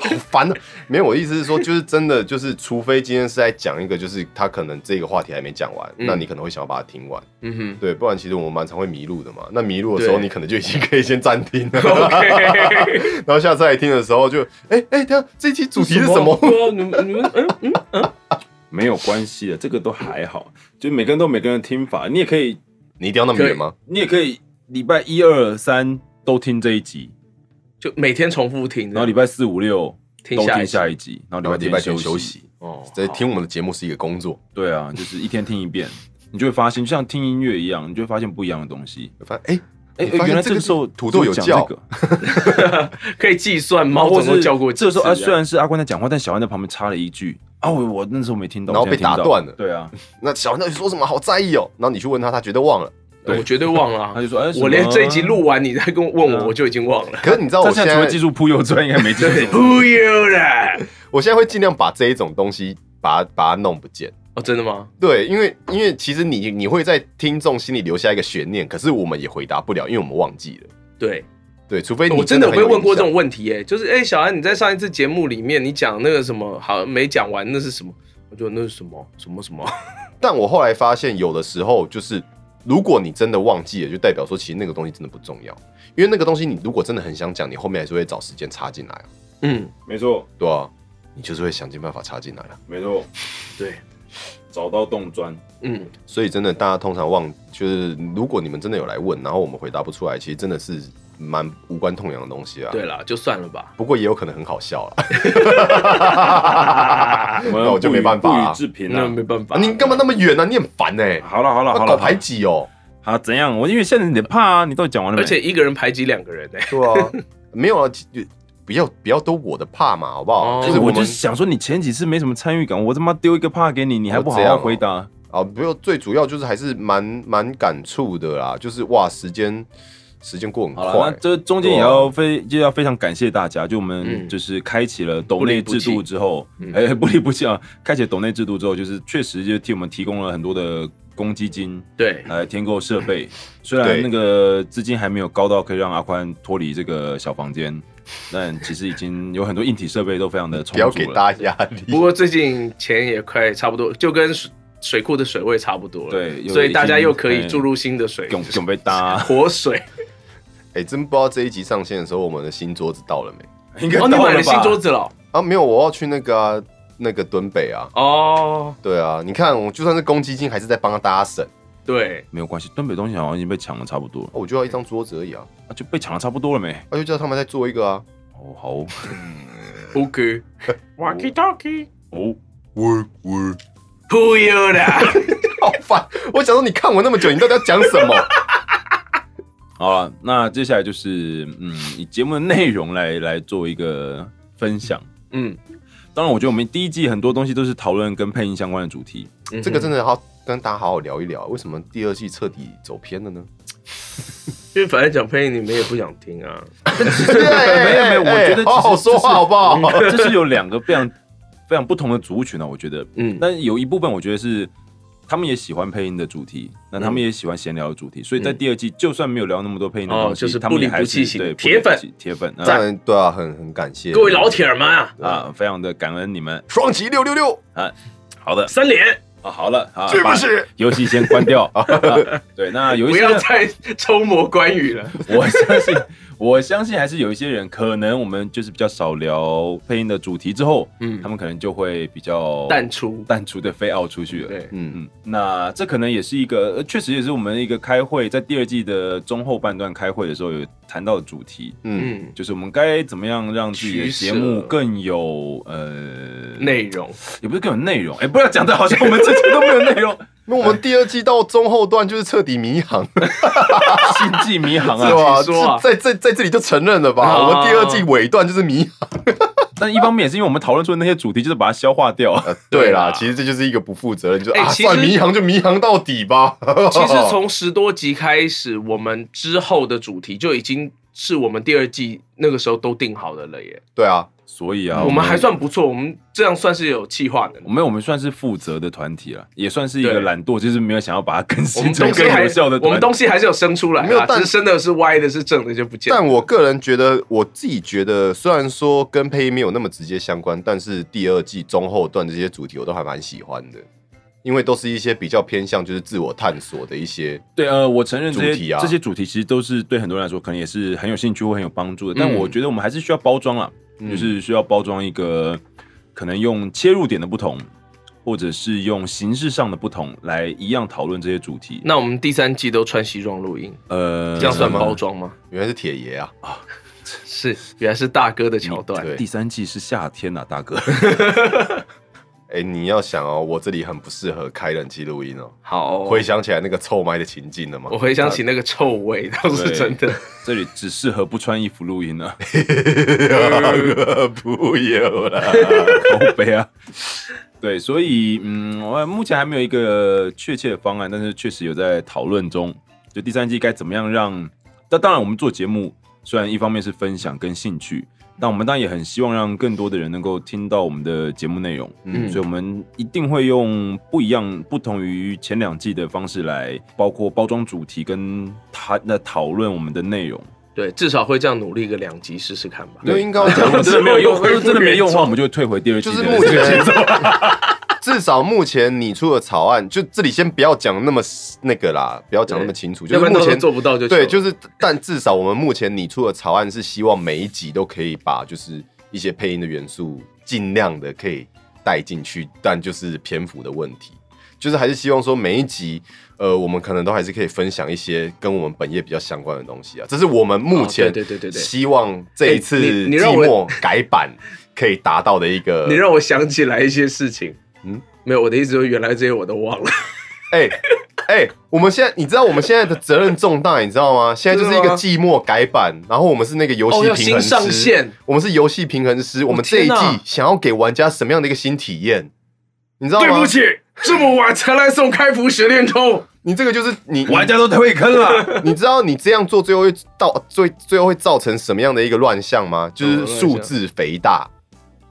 Speaker 5: 好烦啊！没有，我的意思是说，就是真的，就是除非今天是在讲一个，就是他可能这个话题还没讲完，
Speaker 6: 嗯
Speaker 5: 那你可能会想要把它听完，
Speaker 6: 嗯
Speaker 5: 对，不然其实我们蛮常会迷路的嘛。那迷路的时候，
Speaker 6: 对
Speaker 5: 你可能就已经可以先暂停了
Speaker 6: 哼，OK，
Speaker 5: 然后下次来听的时候就，哎哎，等一下这一期主题是什么？
Speaker 6: 对啊，你们你们嗯嗯嗯，
Speaker 3: 没有关系的，这个都还好，就每个人都有每个人的听法，你也可以，
Speaker 5: 你一定要那么远吗？
Speaker 3: 你也可以礼拜一二三都听这一集，
Speaker 6: 就每天重复听，
Speaker 3: 然后礼拜四五六
Speaker 6: 听
Speaker 3: 都
Speaker 6: 下一
Speaker 3: 听
Speaker 6: 集
Speaker 3: 下一集，然
Speaker 5: 然
Speaker 3: 后
Speaker 5: 后
Speaker 3: 礼
Speaker 5: 礼
Speaker 3: 拜
Speaker 5: 拜
Speaker 3: 天
Speaker 5: 天
Speaker 3: 休
Speaker 5: 休
Speaker 3: 息。
Speaker 5: 息。
Speaker 4: 哦，
Speaker 5: 所以听我们的节目是一个工作，
Speaker 3: 对啊，就是一天听一遍，你就会发现，就像听音乐一样，你就会发现不一样的东西。
Speaker 5: 发现哎
Speaker 3: 哎、
Speaker 5: 我发现
Speaker 3: 原来
Speaker 5: 这
Speaker 3: 这
Speaker 5: 个
Speaker 3: 个时候
Speaker 5: 土豆有
Speaker 3: 讲
Speaker 5: 叫
Speaker 3: 这个，
Speaker 6: 可以计算猫
Speaker 3: 或
Speaker 6: 总
Speaker 3: 是
Speaker 6: 共叫过几
Speaker 3: 这个时候
Speaker 6: 次
Speaker 3: 啊，
Speaker 6: 这
Speaker 3: 虽
Speaker 6: 样
Speaker 3: 然是阿关在讲话，但小安在旁边插了一句啊，我我那时候没听到，
Speaker 5: 然后
Speaker 3: 我现在
Speaker 5: 被打
Speaker 3: 听到
Speaker 5: 断了
Speaker 3: 对啊，
Speaker 5: 那小那你说什么好在意哦？然后你去问他，他绝对忘了。
Speaker 3: 对
Speaker 6: 我绝对忘了啊、
Speaker 3: 他就说哎什么
Speaker 6: 我连这一集录完，你再跟我问
Speaker 3: 对啊
Speaker 6: 我，我就已经忘了。
Speaker 5: 可是你知道
Speaker 3: 他
Speaker 5: 我
Speaker 3: 现
Speaker 5: 现
Speaker 3: 在除了技
Speaker 5: 在，
Speaker 3: 术扑右转，应该没技术。
Speaker 6: 忽悠啦！
Speaker 5: 我现在会尽量把这一种东西把它把它弄不见。
Speaker 6: 哦，真的吗？
Speaker 5: 对，因为因为其实你你会在听众心里留下一个悬念，可是我们也回答不了，因为我们忘记了。
Speaker 6: 对，
Speaker 5: 对，除非你
Speaker 6: 哎哦我真的有
Speaker 5: 很
Speaker 6: 被问过
Speaker 5: 印
Speaker 6: 这
Speaker 5: 象
Speaker 6: 种问题耶、就是哎、小安，你在上一次节目里面，你讲那个什么，好像没讲完，那是什么？我就那是什么什么什么？
Speaker 5: 但我后来发现，有的时候就是，如果你真的忘记了，就代表说其实那个东西真的不重要，因为那个东西你如果真的很想讲，你后面还是会找时间插进来啊，
Speaker 6: 嗯，
Speaker 3: 没错，
Speaker 5: 对啊，你就是会想尽办法插进来啊了、
Speaker 3: 没错，
Speaker 6: 对，
Speaker 3: 找到 洞钻，
Speaker 6: 嗯，
Speaker 5: 所以真的，大家通常忘，就是如果你们真的有来问，然后我们回答不出来，其实真的是蛮无关痛痒的东西啊。
Speaker 6: 对，啦，就算了吧。
Speaker 5: 不过也有可能很好笑啊 了。
Speaker 3: 那
Speaker 5: 那我就没办法啊
Speaker 3: 不予置评
Speaker 6: 那
Speaker 3: 啊。
Speaker 6: 没办法，
Speaker 5: 啊、你干嘛那么远啊？你很烦呢、欸，
Speaker 3: 好了好了好
Speaker 5: 要
Speaker 3: 了，
Speaker 5: 搞排挤哦、
Speaker 3: 好怎样？我因为现在你得怕啊，你到底讲完了没？
Speaker 6: 而且一个人排挤两个人哎、
Speaker 5: 对啊， 没有啊，就不要不要都我的怕嘛，好不好？
Speaker 6: 哦
Speaker 5: 就是是
Speaker 3: 我
Speaker 5: 我
Speaker 3: 就
Speaker 5: 们
Speaker 3: 是想说，你前几次没什么参与感，我他妈丢一个怕给你，你还不好好回答？
Speaker 5: 啊，不用，最主要就是还是蛮蛮感触的啦，就是哇，时间时间过很
Speaker 3: 好了，那
Speaker 5: 快，
Speaker 3: 这中间也要非就要非常感谢大家，就我们
Speaker 6: 嗯
Speaker 3: 就是开启了抖内制度之后，哎、 不离不弃啊！开启抖内制度之后，就是确实就替我们提供了很多的公积金
Speaker 6: 对，
Speaker 3: 来添购设备，虽然
Speaker 5: 对
Speaker 3: 那个资金还没有高到可以让阿宽脱离这个小房间，但其实已经有很多硬体设备都非常的
Speaker 5: 不要
Speaker 3: 充
Speaker 5: 给
Speaker 3: 足了。
Speaker 5: 大家压
Speaker 6: 不
Speaker 5: 力。
Speaker 6: 过最近钱也快差不多，就跟水水库的水位差不多了，
Speaker 3: 对有
Speaker 6: 所以大家又可
Speaker 3: 已
Speaker 6: 以
Speaker 3: 经
Speaker 6: 注入新的水，
Speaker 3: 准准备 搭，
Speaker 6: 活水。
Speaker 5: 哎、真不知道这一集上线的时候，我们的新桌子到了没？
Speaker 3: 应该
Speaker 6: 哦，
Speaker 3: 到
Speaker 6: 你买
Speaker 3: 了
Speaker 6: 了新桌
Speaker 3: 吧？
Speaker 6: 子了
Speaker 5: 啊，没有，我要去那个、啊、那个敦北啊。
Speaker 6: 哦？
Speaker 5: 对啊，你看，我就算是公积金，还是在帮大家省、
Speaker 6: 对，
Speaker 3: 没有关系，东北东西好像已经被抢了差不多了
Speaker 5: 啊，我就要一张桌子而已啊，
Speaker 3: 啊，就被抢了差不多了没？
Speaker 5: 啊，就叫他们再做一个啊。
Speaker 3: 哦，好哦，
Speaker 6: OK，
Speaker 1: Walkie talkie，
Speaker 3: 哦
Speaker 5: 我我
Speaker 6: 忽悠啦，
Speaker 5: 好烦！我想说，你看我那么久，你到底要讲什 么？
Speaker 3: 好了，那接下来就是嗯，以节目的内容来 来做一个分享。
Speaker 6: 嗯，
Speaker 3: 当然，我觉得我们第一季很多东西都是讨论跟配音相关的主题，
Speaker 5: 这个真的要跟大家好好聊一聊，啊为什么第二季彻底走偏了呢？
Speaker 6: 因为反正讲配音你们也不想听啊，
Speaker 5: 对，
Speaker 3: 没有没 有
Speaker 5: 哎
Speaker 3: 我觉得
Speaker 5: 好
Speaker 3: 其实这
Speaker 5: 好
Speaker 3: 是嗯
Speaker 5: 说话好不好？
Speaker 6: 哦
Speaker 3: 这是有两个非常非常不同的族群啊。我觉得，
Speaker 6: 嗯，
Speaker 3: 但有一部分我觉得是他们也喜欢配音的主题，那他们也喜欢闲聊的主题，所以在第二季就算没有聊那么多配音的东西，
Speaker 6: 嗯哦就是
Speaker 3: 他们
Speaker 6: 不
Speaker 3: 也
Speaker 6: 离
Speaker 3: 还
Speaker 6: 不
Speaker 3: 是
Speaker 6: 弃型
Speaker 3: 对
Speaker 6: 铁粉
Speaker 3: 不离不弃铁粉
Speaker 5: 当
Speaker 3: 啊
Speaker 5: 然，对啊，很很感谢
Speaker 6: 各位老铁儿们啊，
Speaker 3: 啊，非常的感恩你们
Speaker 5: 双击六六六，
Speaker 3: 啊。好的
Speaker 6: 三连
Speaker 3: 啊，好了啊，
Speaker 5: 对不
Speaker 3: 把
Speaker 5: 起，
Speaker 3: 游戏先关 掉。啊对，那有一
Speaker 6: 不
Speaker 3: 些
Speaker 6: 要再 抽魔关羽了，
Speaker 3: 我相信，我相信还是有一些人，可能我们就是比较少聊配音的主题之后，
Speaker 6: 嗯
Speaker 3: 他们可能就会比较
Speaker 6: 淡出，
Speaker 3: 淡出哦对飞奥出去了。
Speaker 6: 对，
Speaker 5: 嗯，
Speaker 3: 嗯，那这可能也是一个，呃确实也是我们一个开会，在第二季的中后半段开会的时候有谈到的主题，
Speaker 5: 嗯，
Speaker 6: 嗯，
Speaker 3: 就是我们该怎么样让自己的
Speaker 6: 取
Speaker 3: 节
Speaker 6: 舍
Speaker 3: 目更有呃，
Speaker 6: 内容
Speaker 3: 也不是更有内容，哎、不要讲的好像我们这期都没有内容，
Speaker 5: 那我们第二季到中后段就是彻底迷航，
Speaker 3: 嗯
Speaker 5: 是
Speaker 3: 星际迷航啊，
Speaker 5: 吧？
Speaker 6: 自己说啊
Speaker 5: 这在在在这里就承认了吧，
Speaker 6: 啊
Speaker 5: 我们第二季尾段就是迷航。
Speaker 3: 但一方面也是因为我们讨论出的那些主题，就是把它消化掉。
Speaker 5: 呃对
Speaker 6: 对啦
Speaker 5: 啦，其实这就是一个不负责任，就是
Speaker 6: 哎
Speaker 5: 啊，
Speaker 6: 其实
Speaker 5: 算迷航就迷航到底吧。
Speaker 6: 其 实从十多集开始，我们之后的主题就已经是我们第二季那个时候都定好的了耶。
Speaker 5: 对啊，
Speaker 3: 所以啊，
Speaker 6: 我们还算不错，我们这样算是有计划能力
Speaker 3: 我。们我们算是负责的团体了，啊也算是一个
Speaker 6: 对
Speaker 3: 懒惰，就是没有想要把它
Speaker 6: 我
Speaker 3: 更新
Speaker 6: 们
Speaker 3: 成
Speaker 6: 东
Speaker 3: 更
Speaker 6: 西还
Speaker 3: 有效的
Speaker 6: 我们
Speaker 3: 团体。
Speaker 6: 东西还是有生出来
Speaker 5: 没有
Speaker 6: 啊，
Speaker 5: 但
Speaker 6: 只是生的是歪的，是正的就不见了。
Speaker 5: 但我个人觉得，我自己觉得，虽然说跟配音没有那么直接相关，但是第二季中后段这些主题我都还蛮喜欢的，因为都是一些比较偏向就是自我探索的一些。
Speaker 3: 对，呃，我承认这
Speaker 5: 主题
Speaker 3: 些、
Speaker 5: 啊
Speaker 3: 这些主题其实都是对很多人来说，可能也是很有兴趣或很有帮助的。但
Speaker 6: 嗯
Speaker 3: 我觉得我们还是需要嗯包装啦，就是需要包装一个可能用切入点的不同，或者是用形式上的不同来一样讨论这些主题。
Speaker 6: 那我们第三季都穿西装录音，
Speaker 3: 呃，
Speaker 6: 这样算
Speaker 5: 吗
Speaker 6: 包装吗？
Speaker 5: 原来是铁爷啊！
Speaker 6: 是，原来是大哥的桥段。
Speaker 5: 对
Speaker 3: 第三季是夏天呐、啊，大哥。
Speaker 5: 哎，你要想哦，我这里很不适合开冷气录音哦。
Speaker 6: 好，
Speaker 5: 回想起来那个臭麦的情境了吗？
Speaker 6: 我回想起那个臭味，倒是真的。
Speaker 3: 这里只适合不穿衣服录音啊，
Speaker 5: 不有啦，
Speaker 3: 口碑啊。对，所以嗯，我目前还没有一个确切的方案，但是确实有在讨论中。就第三季该怎么样让？那当然，我们做节目虽然一方面是分享跟兴趣，但我们当然也很希望让更多的人能够听到我们的节目内容。
Speaker 6: 嗯
Speaker 3: 所以我们一定会用不一样、不同于前两季的方式来，包括包装主题跟谈那讨论我们的内 容。
Speaker 6: 对，至少会这样努力个两集试试看吧。
Speaker 5: 就应 该要
Speaker 3: 如
Speaker 5: 讲
Speaker 3: 果真的没有用，
Speaker 6: 我
Speaker 3: 如
Speaker 6: 们
Speaker 3: 果真的没用的话，我们就会退回第二季
Speaker 5: 就
Speaker 3: 的。
Speaker 5: 是目前， 至少目前你出的草案，就这里先不要讲那么那个啦，不要讲那么清楚。就
Speaker 6: 要不然
Speaker 5: 是目
Speaker 6: 到时候
Speaker 5: 前
Speaker 6: 做不到就
Speaker 5: 对，就是是但至少我们目前你出的草案是希望每一集都可以把就是一些配音的元素尽量的可以带进去，但就是篇幅的问题。就是还是希望说每一集，呃，我们可能都还是可以分享一些跟我们本业比较相关的东西啊。这是我们目前、
Speaker 6: 哦对对对对对
Speaker 5: 希望这一次
Speaker 6: 哎你你
Speaker 5: 季
Speaker 6: 让我
Speaker 5: 末改版可以达到的一个。
Speaker 6: 你让我想起来一些事情。嗯
Speaker 5: 嗯，
Speaker 6: 没有，我的意思就是原来这些我都忘了。
Speaker 5: 哎、哎、我们现在你知道我们现在的责任重大，你知道吗？现在就是一
Speaker 6: 真
Speaker 5: 个
Speaker 6: 的吗
Speaker 5: 季末改版，然后我们是那个游戏
Speaker 6: 啊哦要
Speaker 5: 平
Speaker 6: 新
Speaker 5: 衡师，
Speaker 6: 上线
Speaker 5: 我们是游戏平衡师，我们这
Speaker 6: 天
Speaker 5: 一
Speaker 6: 哪
Speaker 5: 季想要给玩家什么样的一个新体验？你知道吗？
Speaker 6: 对不，起，这么晚才来送开服十连 抽，
Speaker 5: 你这个就是你
Speaker 3: 玩家都退坑了。
Speaker 5: 你知道你这样做最后会到最最后会造成什么样的一个乱象吗？就
Speaker 6: 什么
Speaker 5: 是
Speaker 6: 乱象
Speaker 5: 数字肥大，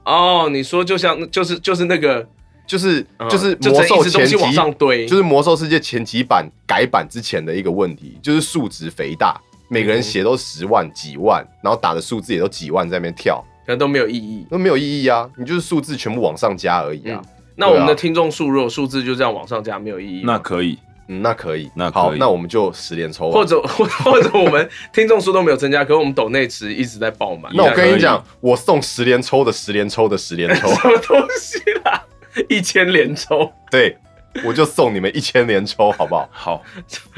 Speaker 6: 哦，你说就像就是就是那个，
Speaker 5: 就是、
Speaker 6: 嗯
Speaker 5: 就是
Speaker 6: 就
Speaker 5: 魔
Speaker 6: 整一
Speaker 5: 兽
Speaker 6: 直东
Speaker 5: 前
Speaker 6: 西
Speaker 5: 几
Speaker 6: 往上堆
Speaker 5: 就是魔兽世界前几版改版之前的一个问题，就是数值肥大，每个人血都十万几万，然后打的数字也都几万在那边跳，
Speaker 6: 可能都没有意义。
Speaker 5: 那没有意义啊！你就是数字全部往上加而已啊。
Speaker 6: 那我们的听众数如果数字就这样往上加，没有意义吗。
Speaker 3: 那可以，
Speaker 5: 嗯，那可以，
Speaker 3: 那可以
Speaker 5: 好，那我们就十连抽啊
Speaker 6: 或者或或者我们听众数都没有增加，可是我们抖内值一直在爆满。
Speaker 5: 那我
Speaker 6: 你
Speaker 5: 跟
Speaker 3: 可
Speaker 5: 你
Speaker 3: 以
Speaker 5: 讲，我送十连抽的十连抽的十连抽
Speaker 6: 看，什么东西啦？一千连抽，
Speaker 5: 对，我就送你们一千连抽，好不好？
Speaker 3: 好。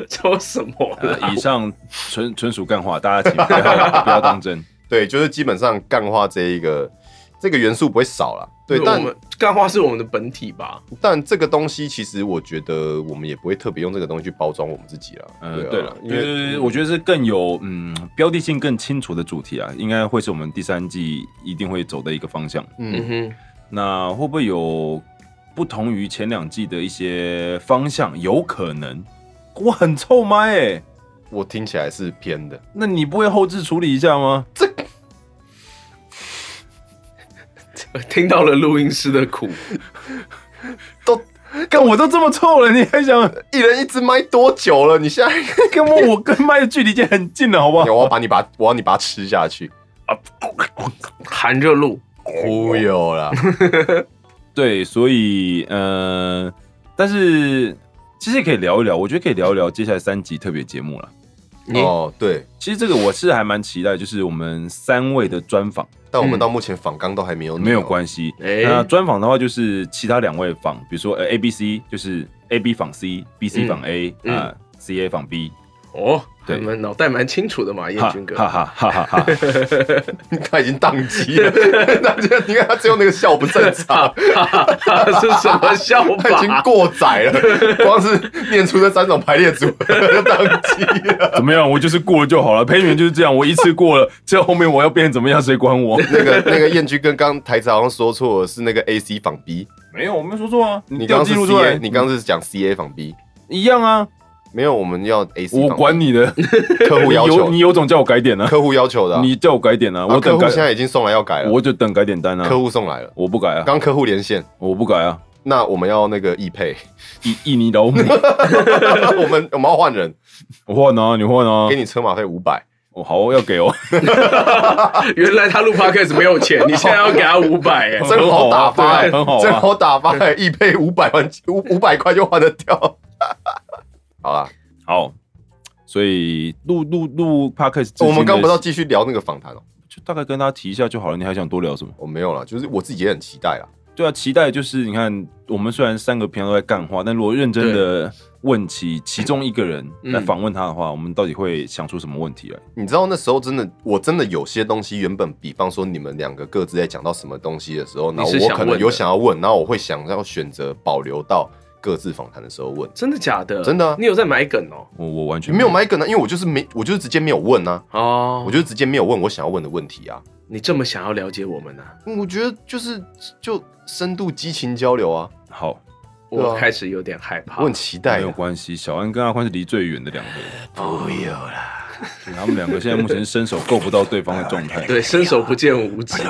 Speaker 6: 抽什么啦？
Speaker 5: 啊
Speaker 3: 呃以上纯纯属干话，大家请不要 不要当真。
Speaker 5: 对，就是基本上干化这一个这个元素不会少了。对，
Speaker 6: 因为
Speaker 5: 但
Speaker 6: 我们干花是我们的本体吧？
Speaker 5: 但这个东西其实我觉得我们也不会特别用这个东西去包装我们自己了。
Speaker 3: 嗯，
Speaker 5: 啊
Speaker 3: 对了，
Speaker 5: 因
Speaker 3: 就
Speaker 5: 为
Speaker 3: 是我觉得是更有嗯标的性更清楚的主题啊，应该会是我们第三季一定会走的一个方向。
Speaker 6: 嗯
Speaker 5: 嗯，
Speaker 6: 哼，
Speaker 3: 那会不会有不同于前两季的一些方向？有可能，我很臭麦哎、
Speaker 5: 我听起来是偏的。
Speaker 3: 那你不会后置处理一下吗？
Speaker 6: 听到了录音师的苦，
Speaker 3: 干我都这么臭了，你还想
Speaker 5: 一人一支麦多久了？你现在
Speaker 3: 跟我我跟麦的距离已经很近了，好不好？
Speaker 5: 我要把你把我要你把它吃下去，
Speaker 6: 含着录。
Speaker 5: 忽悠 啦。
Speaker 3: 对，所以呃，但是其实也可以聊一聊，我觉得可以聊一聊接下来三集特别节目了。
Speaker 6: 你
Speaker 5: 哦，对，
Speaker 3: 其实这个我是还蛮期待，就是我们三位的专访
Speaker 5: 但我们到目前访纲都还没有
Speaker 3: 没有
Speaker 5: 系。
Speaker 3: 关系。
Speaker 6: 哎
Speaker 3: 那专访的话，就是其他两位访，比如说呃 A、B、C，就是 A、B 访 C，B、C 访 A，
Speaker 6: 嗯
Speaker 3: 啊 C、A 访 B，
Speaker 6: 哦，你
Speaker 3: 对
Speaker 6: 们脑袋蛮清楚的嘛，彦
Speaker 3: 哈
Speaker 6: 君哥。
Speaker 3: 哈哈哈哈哈。
Speaker 5: 他已经宕机了， 他就你看他只有那个笑不正 常，
Speaker 6: 是什么笑
Speaker 5: 他已经
Speaker 6: 法？
Speaker 5: 过载了，光是念出这三种排列组合就宕机了。
Speaker 3: 怎么样？我就是过了就好了，配音员就是这样，我一次过了，这后面我要变成怎么样，谁管 我？
Speaker 5: 那个那个燕居跟刚台词好像说错了，是那个 A C 仿 B，
Speaker 3: 没有，我没说错啊，
Speaker 5: 你
Speaker 3: 你调
Speaker 5: 刚刚
Speaker 3: 记
Speaker 5: 是
Speaker 3: 录出
Speaker 5: C
Speaker 3: 来，
Speaker 5: A，你刚刚是讲 C A 仿 B，
Speaker 3: 一样啊，
Speaker 5: 没有，我们要 A C
Speaker 3: 我
Speaker 5: 仿 B，
Speaker 3: 管你的，
Speaker 5: 客户
Speaker 3: 你
Speaker 5: 要
Speaker 3: 有
Speaker 5: 求
Speaker 3: 你，有种叫我改点啊，
Speaker 5: 客户要求的啊，
Speaker 3: 你叫我改点啊，
Speaker 5: 啊
Speaker 3: 我
Speaker 5: 客
Speaker 3: 等
Speaker 5: 户现在
Speaker 3: 改，
Speaker 5: 已经送来要改了，
Speaker 3: 我就等改点单啊，
Speaker 5: 客户送来了，
Speaker 3: 我不改啊，
Speaker 5: 刚客户连线，
Speaker 3: 我不改啊，
Speaker 5: 那我们要那个易配，
Speaker 3: 印印尼老母。
Speaker 5: 我们我们要换人，
Speaker 3: 我换啊，你换啊
Speaker 5: 给，你车马费五百，
Speaker 3: 我、好要给哦，
Speaker 6: 原来他录 podcast 没有 钱，你现在要给他五百哎。
Speaker 5: 真好打发欸，
Speaker 3: 对嗯很好啊
Speaker 5: 真好打发欸，易配五百万五五百块就换得掉。 好啦，
Speaker 3: 好，所以录录录 podcast，
Speaker 5: 我们刚不
Speaker 3: 知
Speaker 5: 是要
Speaker 3: 道，
Speaker 5: 继续聊那个访谈哦？
Speaker 3: 就大概跟大家提一下就好了，你还想多聊什么？
Speaker 5: 我没有啦，就是我自己也很期待啦。
Speaker 3: 对啊，期待就是你看，我们虽然三个平常都在干话，但如果认真的问起其中一个人
Speaker 6: 嗯
Speaker 3: 来访问他的话，我们到底会想出什么问题来？
Speaker 5: 你知道那时候真的，我真的有些东西原本，比方说你们两个各自在讲到什么东西的时候，然后
Speaker 6: 你是
Speaker 5: 我
Speaker 6: 想
Speaker 5: 可能
Speaker 6: 问
Speaker 5: 有
Speaker 6: 的
Speaker 5: 想要问，然后我会想要选择保留到各自访谈的时候问。
Speaker 6: 真的假的？
Speaker 5: 真的啊
Speaker 6: 你有在买梗哦？
Speaker 3: 我我完全
Speaker 5: 没有麦梗呢，因为我就是没，我就是直接没有问啊，
Speaker 6: 哦，
Speaker 5: 我就直接没有问我想要问的问题啊。嗯
Speaker 6: 你这么想要了解我们啊呢、
Speaker 5: 我觉得就是就深度激情交流啊，
Speaker 3: 好，
Speaker 5: 对啊
Speaker 6: 我开始有点害怕。
Speaker 5: 我很期待
Speaker 3: 没
Speaker 5: 啊、
Speaker 3: 有关系。小安跟阿宽是离最远的两个人，
Speaker 6: 不要啦，
Speaker 3: 所以他们两个现在目前是伸手够不到对方的状态。
Speaker 6: 对，啊伸手不见五 指。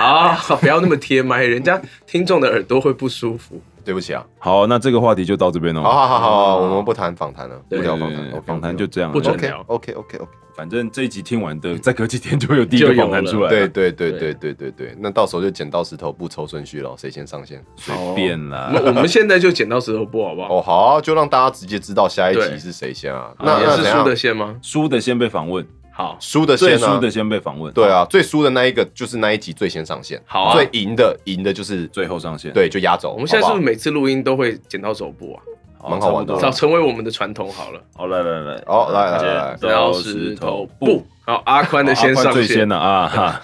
Speaker 6: 啊，不要那么贴麦，人家听众的耳朵会不舒 服。
Speaker 5: 对不起啊，
Speaker 3: 好，那这个话题就到这边喽。哦
Speaker 5: 好好好好，好我们不谈访谈了，不
Speaker 6: 对
Speaker 5: 聊
Speaker 3: 对
Speaker 5: 访
Speaker 3: 对
Speaker 5: 谈
Speaker 3: 对，
Speaker 5: OK，
Speaker 3: 访谈就这样了。
Speaker 6: 不准
Speaker 5: OK
Speaker 6: 聊
Speaker 5: OK OK OK，
Speaker 3: 反正这一集听完的，再隔几天就会有第一个
Speaker 6: 就有
Speaker 3: 访谈出来。
Speaker 5: 对，对对对对对对，那到时候就剪刀石头布抽顺序了，谁先上线？
Speaker 3: 随便
Speaker 6: 我们
Speaker 3: 啦。
Speaker 6: 我们现在就剪刀石头布好不好？
Speaker 5: 哦，好啊、就让大家直接知道下一集
Speaker 6: 对
Speaker 5: 是谁先啊。
Speaker 6: 啊
Speaker 5: 那
Speaker 6: 也
Speaker 5: 那
Speaker 6: 是
Speaker 5: 怎
Speaker 6: 输
Speaker 5: 样
Speaker 6: 的线吗？
Speaker 3: 输的先被访问，
Speaker 6: 好，
Speaker 5: 输的
Speaker 3: 最
Speaker 5: 先啊
Speaker 3: 输的。先被访问。
Speaker 5: 对，啊，最输的那一个就是那一集最先上线。
Speaker 6: 好啊
Speaker 5: 最赢的赢的就是
Speaker 3: 最后上线。，
Speaker 5: 对，就压轴。
Speaker 6: 我们现在是
Speaker 5: 好
Speaker 6: 不
Speaker 5: 不
Speaker 6: 是
Speaker 5: 好
Speaker 6: 每次录音都会剪刀手布啊？
Speaker 5: 蛮好玩的
Speaker 3: 差不
Speaker 6: 早
Speaker 3: 多
Speaker 6: 成为我们的传统好了。
Speaker 3: 好，来来来，
Speaker 5: 好来来来来
Speaker 3: 剪刀石头布。，
Speaker 6: 好，阿宽的
Speaker 3: 阿
Speaker 6: 先
Speaker 3: 宽
Speaker 6: 上
Speaker 3: 最
Speaker 6: 线
Speaker 3: 先。了啊 哈！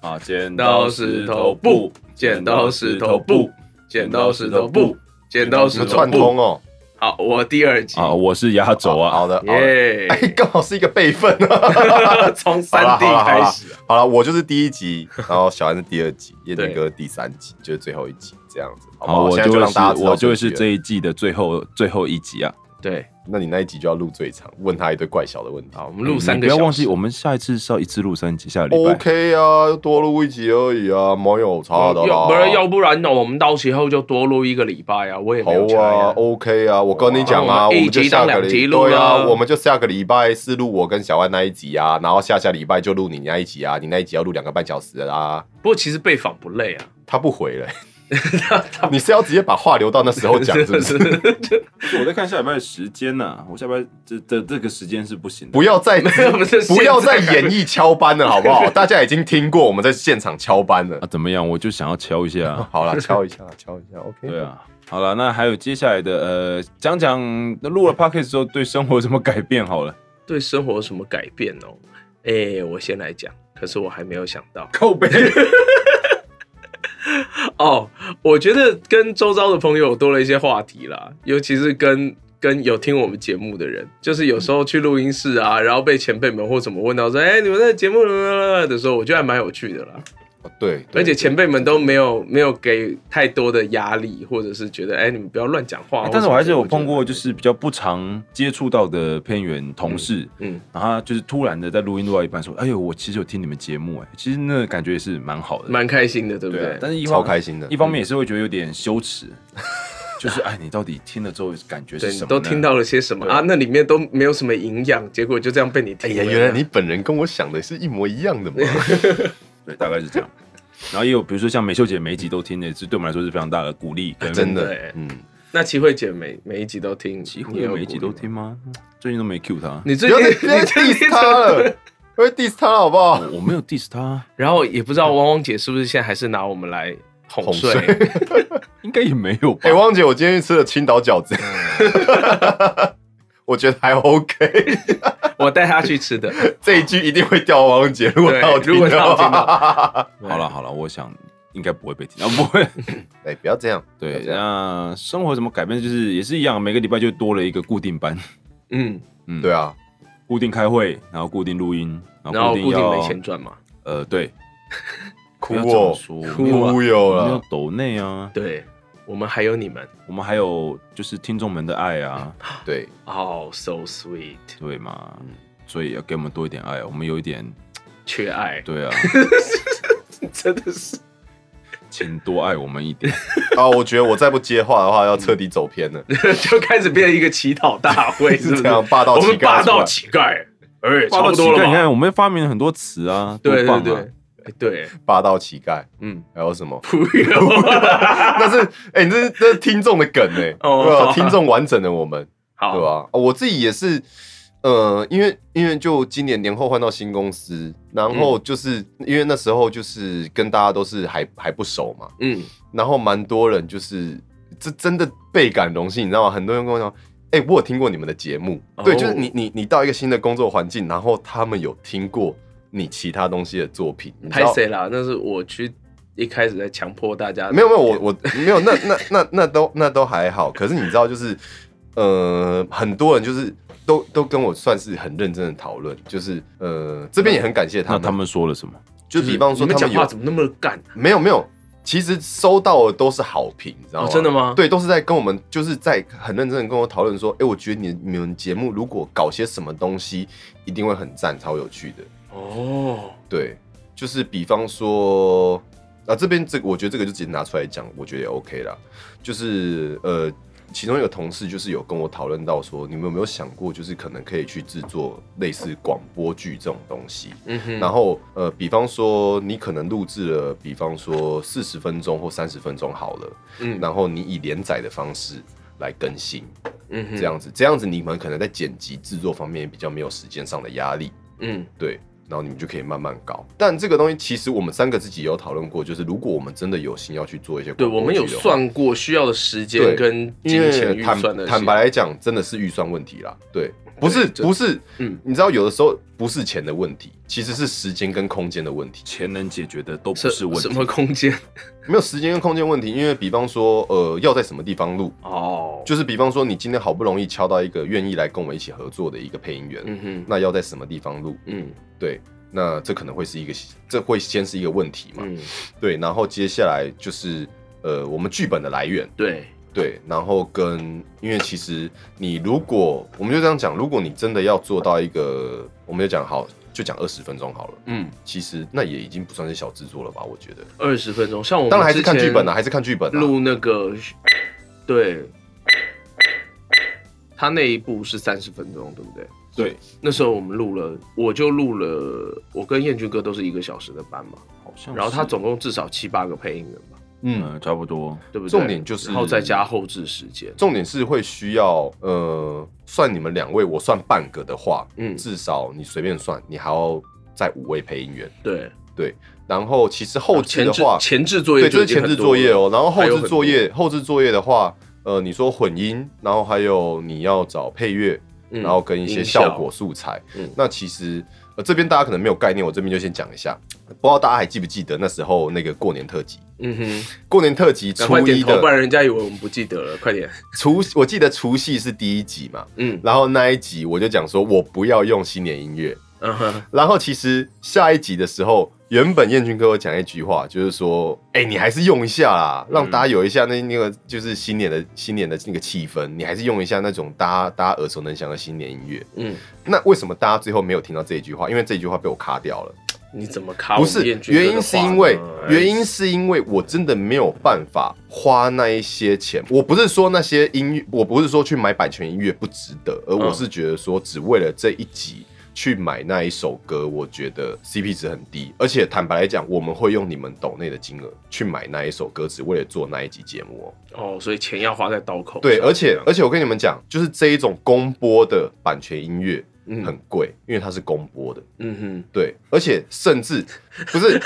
Speaker 3: 啊，剪刀石头布，
Speaker 6: 剪刀石头布，剪刀石头布，剪刀石
Speaker 5: 你们
Speaker 6: 头
Speaker 5: 串
Speaker 6: 布
Speaker 5: 通。哦？
Speaker 6: 好，我第二集，
Speaker 3: 啊！我是压轴啊！
Speaker 5: 好的，好的。
Speaker 6: 耶
Speaker 5: 哎，，刚好是一个备份啊。
Speaker 6: 从
Speaker 5: 好
Speaker 6: 三
Speaker 5: 啦
Speaker 6: D
Speaker 5: 好啦好
Speaker 6: 开
Speaker 5: 啦
Speaker 6: 始。啊
Speaker 5: 好了，我就是第一集，然后小安是第二集，燕
Speaker 6: 对
Speaker 5: 宁哥第三集，就是最后一集这样子，好不
Speaker 3: 好，
Speaker 5: 好？
Speaker 3: 啊我
Speaker 5: 现在
Speaker 3: 就会
Speaker 5: 让
Speaker 3: 是
Speaker 5: 大家知道
Speaker 3: 我就会是
Speaker 5: 顺序了
Speaker 3: 这一季的最后最后一集啊！
Speaker 6: 对，
Speaker 5: 那你那一集就要录最长，问他一堆怪小的问题。
Speaker 6: 好，我们录
Speaker 3: 嗯
Speaker 6: 三
Speaker 3: 你
Speaker 6: 个
Speaker 3: 不
Speaker 6: 小
Speaker 3: 要
Speaker 6: 时。
Speaker 3: 忘记，我们下一次是要一次录三集，下个礼拜。
Speaker 5: OK 啊，就多录一集而已啊，没有差的啦。
Speaker 6: 要不然要不然呢？我们到时候就多录一个礼拜啊，我也
Speaker 5: 好
Speaker 6: 没有差
Speaker 5: 啊
Speaker 6: 呀。
Speaker 5: ，OK 啊，我跟你讲
Speaker 6: 哇
Speaker 5: 啊，
Speaker 6: 我
Speaker 5: 我
Speaker 6: 们
Speaker 5: 们就
Speaker 6: 一集当
Speaker 5: 下个
Speaker 6: 两集
Speaker 5: 礼
Speaker 6: 录
Speaker 5: 对啊，
Speaker 6: 了
Speaker 5: 我们就下个礼拜四录我跟小安那一集啊，然后下下礼拜就录你那一集啊，你那一集要录两个半小时的啦。
Speaker 6: 不过其实被访不累啊，
Speaker 5: 他不回 了、你是要直接把话留到那时候讲， 是不是？
Speaker 3: 我在看下礼拜的时间呢、我下礼拜这这这个时间是不行的。
Speaker 5: 不 要再
Speaker 6: 有不是
Speaker 5: 不要再
Speaker 6: 现在
Speaker 5: 演绎敲班了，好不 好？大家已经听过我们在现场敲班了
Speaker 3: 啊，。怎么样？我就想要敲一下 啊、
Speaker 5: 好 了，敲一下，敲一下，OK。
Speaker 3: 对啊，好了，那还有接下来的呃，讲讲录了 podcast 之后对生活有什么改变好了。
Speaker 6: 对生活有什么改变哦？哎，我先来讲，可是我还没有想到。
Speaker 3: 扣背，
Speaker 6: 哦，我觉得跟周遭的朋友多了一些话题啦，尤其是跟跟有听我们节目的人，就是有时候去录音室啊，然后被前辈们或怎么问到说，哎、你们在节目的时候，我觉得还蛮有趣的啦。
Speaker 5: 哦对，对
Speaker 6: 而且前辈们都没有没有给太多的压力，或者是觉得，哎、你们不要乱讲话、或
Speaker 3: 但
Speaker 6: 什
Speaker 3: 是哦我
Speaker 6: 么
Speaker 3: 还是有
Speaker 6: 觉得
Speaker 3: 碰过，就是比较不常接触到的片源同事，
Speaker 6: 嗯嗯
Speaker 3: 然后他就是突然的在录音录到一半说：“哎呦，我其实有听你们节目，哎，其实那感觉也是蛮好的，
Speaker 6: 蛮开心的，对不
Speaker 3: 对
Speaker 6: 对？
Speaker 3: 啊。”但是一
Speaker 5: 超
Speaker 3: 方
Speaker 5: 开心的
Speaker 3: 一。方面也是会觉得有点羞 耻，就是哎，你到底听了之后感觉
Speaker 6: 对
Speaker 3: 是
Speaker 6: 你
Speaker 3: 什么呢？
Speaker 6: 都听到了些什么啊？那里面都没有什么营养，结果就这样被你
Speaker 5: 哎
Speaker 6: 听了。
Speaker 5: 呀，原来你本人跟我想的是一模一样的 嘛。
Speaker 3: 对，大概是这样。然后也有比如说像美秀姐每一集都听的，也是对我们来说是非常大的鼓励跟
Speaker 5: 真的
Speaker 6: 对，
Speaker 5: 嗯，
Speaker 6: 那齐慧姐每每一集都听，
Speaker 3: 几乎
Speaker 6: 你有
Speaker 3: 每一集
Speaker 6: 鼓励
Speaker 3: 都
Speaker 6: 吗
Speaker 3: 听吗？最近都没 cue 他，
Speaker 6: 你最
Speaker 5: 不要
Speaker 6: 近
Speaker 5: 再
Speaker 6: 你
Speaker 5: 不要再
Speaker 6: 最近
Speaker 5: diss 他了，不要再 diss 他了，好不好？
Speaker 3: 哦我我没有 diss 他，
Speaker 6: 然后也不知道汪汪姐是不是现在还是拿我们来哄睡，
Speaker 5: 哄睡
Speaker 3: 应该也没有吧
Speaker 6: 嗯
Speaker 5: 哎、？汪姐，我今天去吃了青岛 饺子，我觉得还 OK。
Speaker 6: 我带她去吃的。
Speaker 5: 这一句一定会掉汪姐，如果她有
Speaker 6: 对，如果她有听
Speaker 5: 到，
Speaker 6: 到，
Speaker 3: 好了好了，我想应该不会被听到，不 会。
Speaker 5: 哎、不要这样，不要
Speaker 3: 对，
Speaker 5: 这样，
Speaker 3: 那生活有什么改变？就是也是一样，每个礼拜就多了一个固定班，
Speaker 6: 嗯，
Speaker 3: 嗯，
Speaker 5: 对，啊，
Speaker 3: 固定开会，然后固定录音，然
Speaker 6: 然后
Speaker 3: 固
Speaker 6: 固定
Speaker 3: 要
Speaker 6: 没钱，赚嘛，
Speaker 3: 呃，对，
Speaker 5: 哭
Speaker 3: 不要这么
Speaker 5: 哦，
Speaker 3: 说
Speaker 6: 哭啊
Speaker 5: 哭有
Speaker 3: 我们要
Speaker 5: 了，
Speaker 3: 抖内啊，
Speaker 6: 对我们还有你们，
Speaker 3: 我们还有就是听众们的爱啊，
Speaker 5: 对，
Speaker 6: 哦、s o sweet，
Speaker 3: 对嘛，所以要给我们多一点爱，啊我们有一点，
Speaker 6: 缺爱，
Speaker 3: 对啊，
Speaker 6: 真的是
Speaker 3: 请多爱我们一点。
Speaker 5: 啊，我觉得我再不接话的话，要彻底走偏了。
Speaker 6: 就开始变成一个乞讨大会，是不
Speaker 5: 是
Speaker 6: 是？
Speaker 5: 这样霸道
Speaker 6: 我
Speaker 5: 乞丐
Speaker 6: 们霸
Speaker 5: 出
Speaker 6: 道
Speaker 5: 来
Speaker 6: 乞丐，哎，差
Speaker 3: 八道
Speaker 6: 不
Speaker 3: 乞
Speaker 6: 多了
Speaker 3: 丐，你看
Speaker 6: 吧？
Speaker 3: 我们发明了很多词啊，多
Speaker 6: 对
Speaker 3: 棒
Speaker 6: 对
Speaker 3: 啊
Speaker 6: 对，哎对，
Speaker 5: 霸道乞丐，
Speaker 6: 嗯，？
Speaker 5: 还有什么
Speaker 6: 不用，
Speaker 5: 那是哎、你这是这是听众的梗哎、欸，
Speaker 6: 哦
Speaker 5: 对吧
Speaker 6: 好啊
Speaker 5: 啊听众完整的我们，
Speaker 6: 好，
Speaker 5: 对吧、哦我自己也是，呃，因为因为就今年年后换到新公司，然
Speaker 6: 嗯
Speaker 5: 后就是、因为那时候就是跟大家都是还还不熟嘛，
Speaker 6: 嗯，
Speaker 5: 然后蛮多人就是这真的倍感荣幸，你知道吗？很多人跟我讲，哎、我有听过你们的节目，对，
Speaker 6: 哦
Speaker 5: 就是你你你到一个新的工作环境，然后他们有听过你其他东西的作品，你知
Speaker 6: 拍
Speaker 5: 道
Speaker 6: 谁啦？那是我去一开始在强迫大家，
Speaker 5: 没有没有，我我没有，那那那那都那都还好。可是你知道，就是呃，很多人就是都都跟我算是很认真的讨论，就是呃，这边也很感谢
Speaker 3: 那
Speaker 5: 他们。
Speaker 3: 他们说了什么？
Speaker 5: 就比方说
Speaker 6: 你们
Speaker 5: 他
Speaker 6: 讲
Speaker 5: 们
Speaker 6: 话
Speaker 5: 有
Speaker 6: 怎么那么干？
Speaker 5: 没有没有，其实收到的都是好评，你知道吗？
Speaker 6: 哦真的吗
Speaker 5: 对，都是在跟我们就是在很认真的跟我讨论说，哎、我觉得你你们节目如果搞些什么东西，一定会很赞，超有趣的。
Speaker 6: 哦，
Speaker 5: 对，就是比方说啊，这边这个我觉得这个就直接拿出来讲，我觉得也 OK 啦。就是呃，其中一个同事就是有跟我讨论到说，你们有没有想过，就是可能可以去制作类似广播剧这种东西？
Speaker 6: 嗯哼，
Speaker 5: 然后呃，比方说你可能录制了，比方说四十分钟或三十分钟好了，
Speaker 6: 嗯
Speaker 5: 然后你以连载的方式来更新，
Speaker 6: 嗯哼
Speaker 5: 这，样子，这样子你们可能在剪辑制作方面也比较没有时间上的压力。
Speaker 6: 嗯
Speaker 5: 对，然后你们就可以慢慢搞。但这个东西其实我们三个自己也有讨论过，就是如果我们真的有心要去做一些，
Speaker 6: 对，我们有。算过需要的时间
Speaker 5: 对
Speaker 6: 跟
Speaker 5: 因
Speaker 6: 金钱
Speaker 5: 为
Speaker 6: 预
Speaker 5: 坦
Speaker 6: 算的。
Speaker 5: 坦白，来讲，真的是预算问题啦。对，不是
Speaker 6: 这
Speaker 5: 不是，
Speaker 6: 嗯
Speaker 5: 嗯，你知道有的时候不是钱的问题，其实是时间跟空间的问题。
Speaker 3: 钱能解决的都不
Speaker 6: 什
Speaker 3: 是问
Speaker 6: 什
Speaker 3: 题。
Speaker 6: 么空间？
Speaker 5: 没有时间跟空间问题，因为比方说，呃，要在什么地方录，
Speaker 6: 哦，
Speaker 5: 就是比方说你今天好不容易敲到一个愿意来跟我们一起合作的一个配音员，
Speaker 6: 嗯哼，
Speaker 5: 那要在什么地方录？
Speaker 6: 嗯
Speaker 5: 对，那这可能会是一个，这会先是一个问题嘛？
Speaker 6: 嗯，
Speaker 5: 对，然后接下来就是呃，我们剧本的来源，
Speaker 6: 对，
Speaker 5: 对，然后跟因为其实你如果我们就这样讲，如果你真的要做到一个，我们就讲好，就讲二十分钟好了，
Speaker 6: 嗯，
Speaker 5: 其实那也已经不算是小制作了吧？我觉得，
Speaker 6: 二十分钟，像我们
Speaker 5: 当然还是看剧本
Speaker 6: 啊，
Speaker 5: 啊，还是看剧本啊。
Speaker 6: 录那个，对，他那一部是三十分钟，对不对？
Speaker 3: 对，
Speaker 6: 那时候我们录了，我就录了，我跟彦君哥都是一个小时的班嘛，
Speaker 3: 好像哦是
Speaker 6: 然后他总共至少七八个配音员吧，
Speaker 5: 嗯，
Speaker 3: 嗯，差不多。
Speaker 6: 对不对？
Speaker 5: 重点就是
Speaker 6: 然后再加后置时间，
Speaker 5: 重点是会需要呃，算你们两位，我算半个的话，
Speaker 6: 嗯
Speaker 5: 至少你随便算，你还要再五位配音员。
Speaker 6: 对，
Speaker 5: 然后其实后期
Speaker 6: 前
Speaker 5: 的
Speaker 6: 置
Speaker 5: 话，
Speaker 6: 前置作业
Speaker 5: 对，就是
Speaker 6: 已经
Speaker 5: 前置
Speaker 6: 很多
Speaker 5: 作业哦。然后后
Speaker 6: 还有
Speaker 5: 置
Speaker 6: 很
Speaker 5: 作业，后置作业的话，呃，你说混音，然后还有你要找配乐，
Speaker 6: 嗯
Speaker 5: 然后跟一些
Speaker 6: 音效
Speaker 5: 效果素材。
Speaker 6: 嗯
Speaker 5: 那其实呃这边大家可能没有概念，我这边就先讲一下。不知道大家还记不记得那时候那个过年特辑？
Speaker 6: 嗯哼，
Speaker 5: 过年特辑
Speaker 6: 赶
Speaker 5: 初
Speaker 6: 快点
Speaker 5: 一
Speaker 6: 头，不
Speaker 5: 的
Speaker 6: 然人家以为我们不记得了，快 点，
Speaker 5: 除，我记得除夕是第一集嘛，
Speaker 6: 嗯
Speaker 5: 然后那一集我就讲说我不要用新年音乐。
Speaker 6: 嗯哼，
Speaker 5: 然后其实下一集的时候，原本燕君跟我讲一句话，就是说，哎、你还是用一下啦，让大家有一下那那个就是新年的新年的那个气氛，你还是用一下那种大家大家耳熟能详的新年音乐。
Speaker 6: 嗯，
Speaker 5: 那为什么大家最后没有听到这一句话？因为这一句话被我卡掉了。
Speaker 6: 你怎么卡
Speaker 5: 不
Speaker 6: 我
Speaker 5: 是
Speaker 6: 们彦，君哥的
Speaker 5: 原
Speaker 6: 话呢？
Speaker 5: 因是因为
Speaker 6: 哎
Speaker 5: 原因是因为我真的没有办法花那一些钱。我不是说那些音乐，我不是说去买版权音乐不值得，而我是觉得说只为了这一集。去买那一首歌，我觉得 CP 值很低，而且坦白来讲，我们会用你们抖内的金额去买那一首歌，只为了做那一集节目、哦。
Speaker 6: 哦，所以钱要花在刀口上。
Speaker 5: 对，而且而
Speaker 6: 且
Speaker 5: 且我跟你们讲，就是这一种公播的版权音乐
Speaker 6: 嗯
Speaker 5: 很贵，因为它是公播的。
Speaker 6: 嗯
Speaker 5: 对，而且甚至不是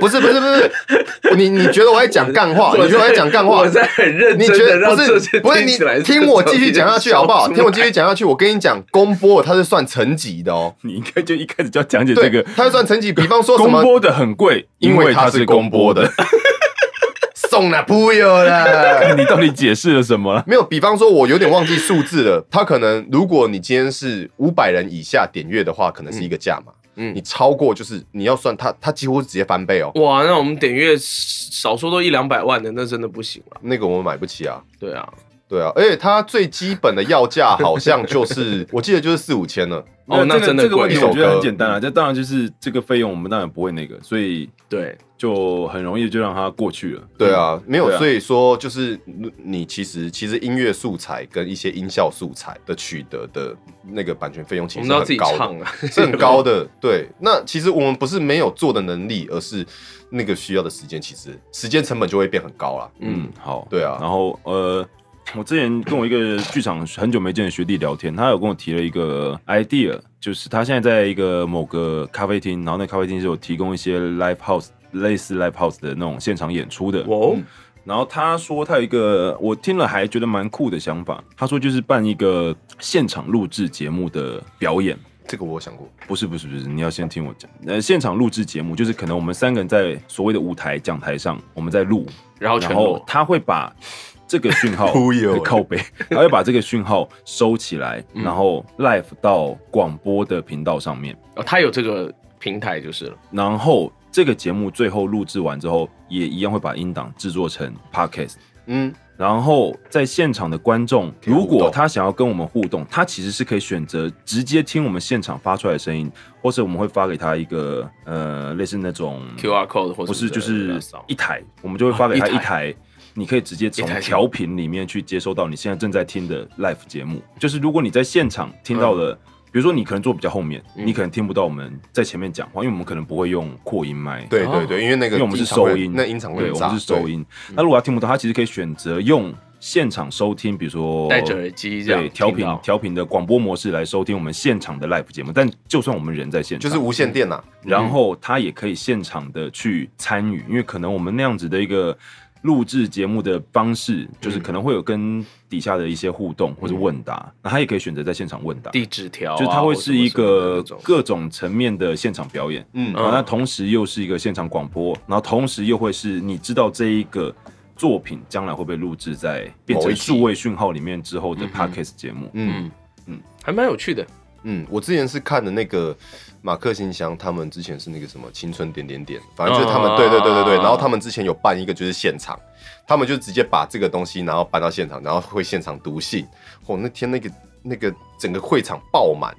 Speaker 5: 不是不是不是，你你觉得我在讲干话？
Speaker 6: 哼，
Speaker 5: 你觉得我在讲干话
Speaker 6: 我？在很认
Speaker 5: 你
Speaker 6: 真
Speaker 5: 觉
Speaker 6: 的
Speaker 5: 得
Speaker 6: 让
Speaker 5: 不
Speaker 6: 这
Speaker 5: 是
Speaker 6: 些
Speaker 5: 不是
Speaker 6: 听起来
Speaker 5: 你
Speaker 6: 这
Speaker 5: 听我继续讲下去好不好？
Speaker 6: 种
Speaker 5: 听我继续讲下去，我跟你讲，公播它是算层级的哦。
Speaker 3: 你应该就一开始就要讲解这
Speaker 5: 对
Speaker 3: 个，，
Speaker 5: 它是算层级。比方说什
Speaker 3: 公
Speaker 5: 么，
Speaker 3: 播的很贵，
Speaker 5: 因
Speaker 3: 为
Speaker 5: 为
Speaker 3: 它
Speaker 5: 它
Speaker 3: 是
Speaker 5: 是
Speaker 3: 公
Speaker 5: 公
Speaker 3: 播
Speaker 5: 播
Speaker 3: 的。
Speaker 5: 的。。送了不有啦
Speaker 3: 你到底解释了什么了？
Speaker 5: 没有，比方说，我有点忘记数字了。它可能，如果你今天是五百人以下点阅的话，可能是一个价嘛。
Speaker 6: 嗯
Speaker 5: 你超过就是你要算它，它几乎是直接翻倍哦。
Speaker 6: 哇，那我们点阅少说都一两百万的，那真的不行了。
Speaker 5: 那个我们买不起啊。
Speaker 6: 对啊，
Speaker 5: 对啊，而且它最基本的要价好像就是， 我记得就是四五千了。
Speaker 6: 哦，那
Speaker 3: 这个
Speaker 6: 真的
Speaker 3: 这个问
Speaker 6: 贵
Speaker 3: 题，
Speaker 5: 一首
Speaker 3: 我觉得很
Speaker 5: 歌
Speaker 3: 简单啊。这当然就是这个费用，我们当然不会那个，所以
Speaker 6: 对，
Speaker 3: 就很容易就让它过去了。
Speaker 5: 对啊，没有，
Speaker 3: 对啊
Speaker 5: 所以说就是你你其实其实音乐素材跟一些音效素材的取得的那个版权费用其
Speaker 6: 我
Speaker 5: 实
Speaker 6: 们都
Speaker 5: 是
Speaker 6: 要自己
Speaker 5: 很高的
Speaker 6: 唱，啊，
Speaker 5: 是 很高的。对，那其实我们不是没有做的能力，而是那个需要的时间，其实时间成本就会变很高啦。
Speaker 3: 嗯，好，
Speaker 5: 对啊
Speaker 3: 然后呃，我之前跟我一个剧场很久没见的学弟聊天，他有跟我提了一个 idea，就是他现在在一个某个咖啡厅，然后那咖啡厅是有提供一些 live house 类似 live house 的那种现场演出
Speaker 5: 嗯
Speaker 3: 的。
Speaker 6: 哦，
Speaker 3: 然后他说他有一个我听了还觉得蛮酷的想法，他说就是办一个现场录制节目的表演。
Speaker 5: 这个我想过，
Speaker 3: 不是不是不是，你要先听我讲。呃，现场录制节目就是可能我们三个人在所谓的舞台讲台上，我们在录，
Speaker 6: 然后全
Speaker 3: 然后
Speaker 6: 裸，
Speaker 3: 他会把这个讯号
Speaker 5: 忽悠嗯
Speaker 3: 靠背，他会把这个讯号收起来，然后 live 到广播的频道上面，
Speaker 6: 哦他有这个平台就是了。
Speaker 3: 然后这个节目最后录制完之后，也一样会把音档制作成 podcast。
Speaker 5: 嗯，
Speaker 3: 然后在现场的观众，
Speaker 5: 可以互
Speaker 3: 如
Speaker 5: 动
Speaker 3: 果他想要跟我们互动，他其实是可以选择直接听我们现场发出来的声音，或是我们会发给他一个呃类似那种
Speaker 6: QR code 或者
Speaker 3: 不是就
Speaker 6: 什么
Speaker 5: 哦
Speaker 3: 是
Speaker 6: 的扫
Speaker 3: 一台，我们就会发给他
Speaker 6: 哦一
Speaker 3: 一
Speaker 6: 台
Speaker 3: 台，你可以直接从
Speaker 6: 一台
Speaker 3: 调频里面去接收到你现在正在听的 live 节目。就是如果你在现场听到了，比如说你可能坐比较后面，你可能听不到我们在前面讲话，因为我们可能不会用扩音麦。
Speaker 5: 对对对，因为那个
Speaker 3: 因为我们是
Speaker 5: 音场会
Speaker 3: 收音，
Speaker 5: 那音场会
Speaker 3: 对，我
Speaker 5: 炸
Speaker 3: 们是收。音。那如果他听不到，他其实可以选择用现场收听，比如说
Speaker 6: 戴着耳机这样
Speaker 3: 对调
Speaker 6: 听
Speaker 3: 频
Speaker 6: 到
Speaker 3: 调频的广播模式来收听我们现场的 live 节目。但就算我们人在现
Speaker 5: 对
Speaker 3: 场，
Speaker 5: 就是无线电呐、
Speaker 6: 嗯
Speaker 3: 然后他也可以现场的去参与，因为可能我们那样子的一个录制节目的方式，
Speaker 6: 嗯
Speaker 3: 就是可能会有跟底下的一些互动或者问答，那他也可以选择在现场问答。
Speaker 6: 递纸条啊，
Speaker 3: 就是它会
Speaker 6: 或什
Speaker 3: 是
Speaker 6: 么
Speaker 3: 一
Speaker 6: 哦什么的那
Speaker 3: 个
Speaker 6: 种
Speaker 3: 各种层面的现场表演，
Speaker 5: 嗯
Speaker 3: 嗯，然后那同时又是一个现场广播，然后同时又会是你知道这一个作品将来会被录制在变
Speaker 5: 某
Speaker 3: 成
Speaker 5: 一集
Speaker 3: 数位讯号里面之后
Speaker 6: 嗯
Speaker 3: 的 podcast 节目，
Speaker 5: 嗯
Speaker 6: 还蛮有趣的。
Speaker 5: 嗯，我之前是看的那个马克信箱，他们之前是那个什么青春点点点，反正就是他们、
Speaker 6: 啊
Speaker 5: 对对对对对，然后他们之前有办一个就是现场，他们就直接把这个东西然后搬到现场，然后会现场读信。哦，那天那个那个整个会场爆满，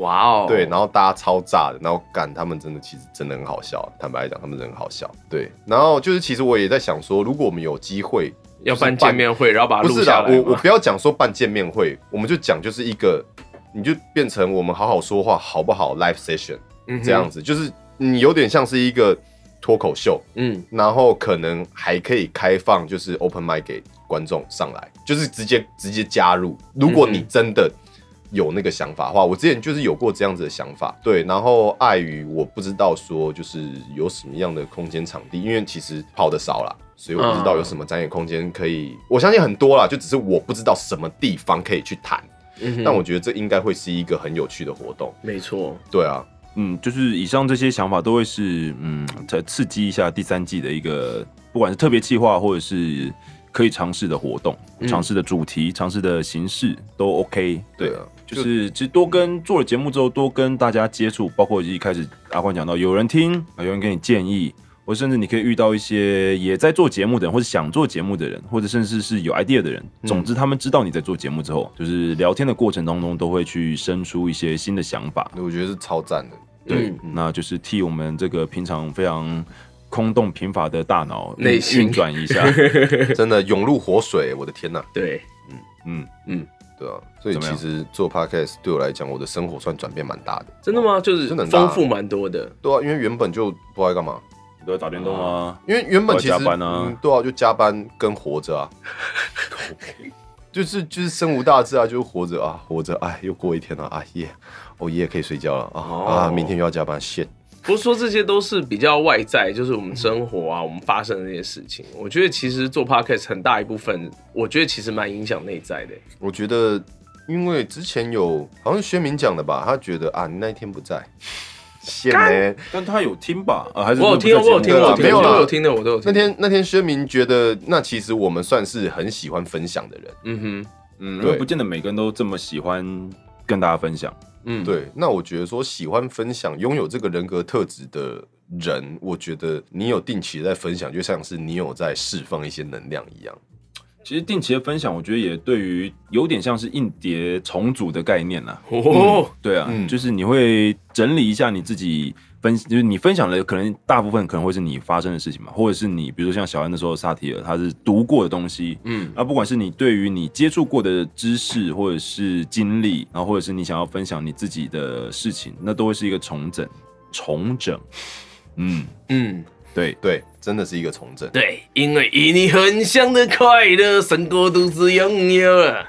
Speaker 6: 哇哦，
Speaker 5: 对，然后大家超炸的，然后干他们真的其实真的很好笑，坦白讲他们人很好笑，对，然后就是其实我也在想说，如果我们有机会
Speaker 6: 要办
Speaker 5: 就是
Speaker 6: 见面会，然后把它
Speaker 5: 不
Speaker 6: 录
Speaker 5: 是
Speaker 6: 下
Speaker 5: 啦，
Speaker 6: 来
Speaker 5: 我我
Speaker 6: 嘛
Speaker 5: 不要讲说办见面会，我们就讲就是一个，你就变成我们好好说话好不好？Live session
Speaker 6: 嗯哼
Speaker 5: 这样子，就是你有点像是一个脱口秀，
Speaker 6: 嗯，
Speaker 5: 然后可能还可以开放就是 open mic 给观众上来，就是直接直接加入。如果你真的有那个想法的话，我之前就是有过这样子的想法，对。然后碍于我不知道说就是有什么样的空间场地，因为其实跑的少啦，所以我不知道有什么展演空间可以。我相信很多啦，就只是我不知道什么地方可以去谈。
Speaker 6: 嗯
Speaker 5: 但我觉得这应该会是一个很有趣的活动，
Speaker 6: 没错，
Speaker 5: 对啊，
Speaker 3: 嗯，就是以上这些想法都会是嗯，再刺激一下第三季的一个，不管是特别计划或者是可以尝试的活动、尝试的主题、尝试的形式都 OK 对。
Speaker 5: 对啊
Speaker 3: 就是其实多跟做了节目之后，多跟大家接触，包括一开始阿宽讲到，有人听，啊有人给你建议，或甚至你可以遇到一些也在做节目的人，或者想做节目的人，或者甚至是有 idea 的人。总之，他们知道你在做节目之后，就是聊天的过程当中都会去生出一些新的想法。
Speaker 5: 我觉得是超赞的。
Speaker 3: 对
Speaker 6: 嗯，
Speaker 3: 那就是替我们这个平常非常空洞贫乏的大脑运
Speaker 6: 内心
Speaker 3: 运转一 下。
Speaker 5: 真的涌入活水，我的天呐、
Speaker 6: 对，
Speaker 3: 嗯，
Speaker 5: 对啊，所以
Speaker 3: 怎么
Speaker 5: 其
Speaker 3: 样
Speaker 5: 实做 podcast 对我来讲，我的生活算转变蛮大的。
Speaker 6: 真的吗？就是
Speaker 5: 哦真的很大
Speaker 6: 丰富蛮多的。
Speaker 5: 对啊，因为原本就不知道在干嘛，
Speaker 3: 都在打电动啊，
Speaker 5: 因为原本其
Speaker 3: 都
Speaker 5: 实
Speaker 3: 要加班啊
Speaker 5: 嗯，对啊，就加班跟活着啊， 就是就是生无大志啊，就是活着啊，活着，哎，又过一天了啊，耶，哦耶，可以睡觉了啊、
Speaker 6: 哦
Speaker 5: 啊，明天又要加班，shit，
Speaker 6: 不是说这些都是比较外在，就是我们生活
Speaker 5: 嗯
Speaker 6: 啊，我们发生的那些事情。我觉得其实做 podcast 很大一部分，我觉得其实蛮影响内在的。
Speaker 5: 我觉得。因为之前有好像是薛明讲的吧，他觉得啊，你那一天不在， 谢嘞。
Speaker 3: 但他有听吧？呃，还是
Speaker 6: 我有听，我有听，我有听，
Speaker 5: 没有
Speaker 6: 我
Speaker 5: 啦
Speaker 6: 有听的，我都有听。
Speaker 5: 那天那天薛明觉得，那其实我们算是很喜欢分享的人，
Speaker 6: 嗯哼，
Speaker 3: 嗯，
Speaker 5: 对
Speaker 3: 因为不见得每个人都这么喜欢跟大家分享。
Speaker 6: 嗯，，
Speaker 5: 对，那我觉得说喜欢分享、拥有这个人格特质的人，我觉得你有定期在分享，就像是你有在释放一些能量一样。
Speaker 3: 其实定期的分享，我觉得也对于有点像是硬碟重组的概念啦、啊
Speaker 6: 哦，
Speaker 3: 对啊，
Speaker 5: 嗯
Speaker 3: 就是你会整理一下你自己分，就是你分享的可能大部分可能会是你发生的事情嘛，或者是你比如说像小安那时候萨提尔他是读过的东西，
Speaker 6: 嗯，
Speaker 3: 啊，不管是你对于你接触过的知识或者是经历，然后或者是你想要分享你自己的事情，那都会是一个重整，重整，嗯，
Speaker 6: 嗯，
Speaker 3: 对，
Speaker 5: 对，真的是一个重振。
Speaker 6: 对，因为与你很像的快乐，胜过独自拥有了，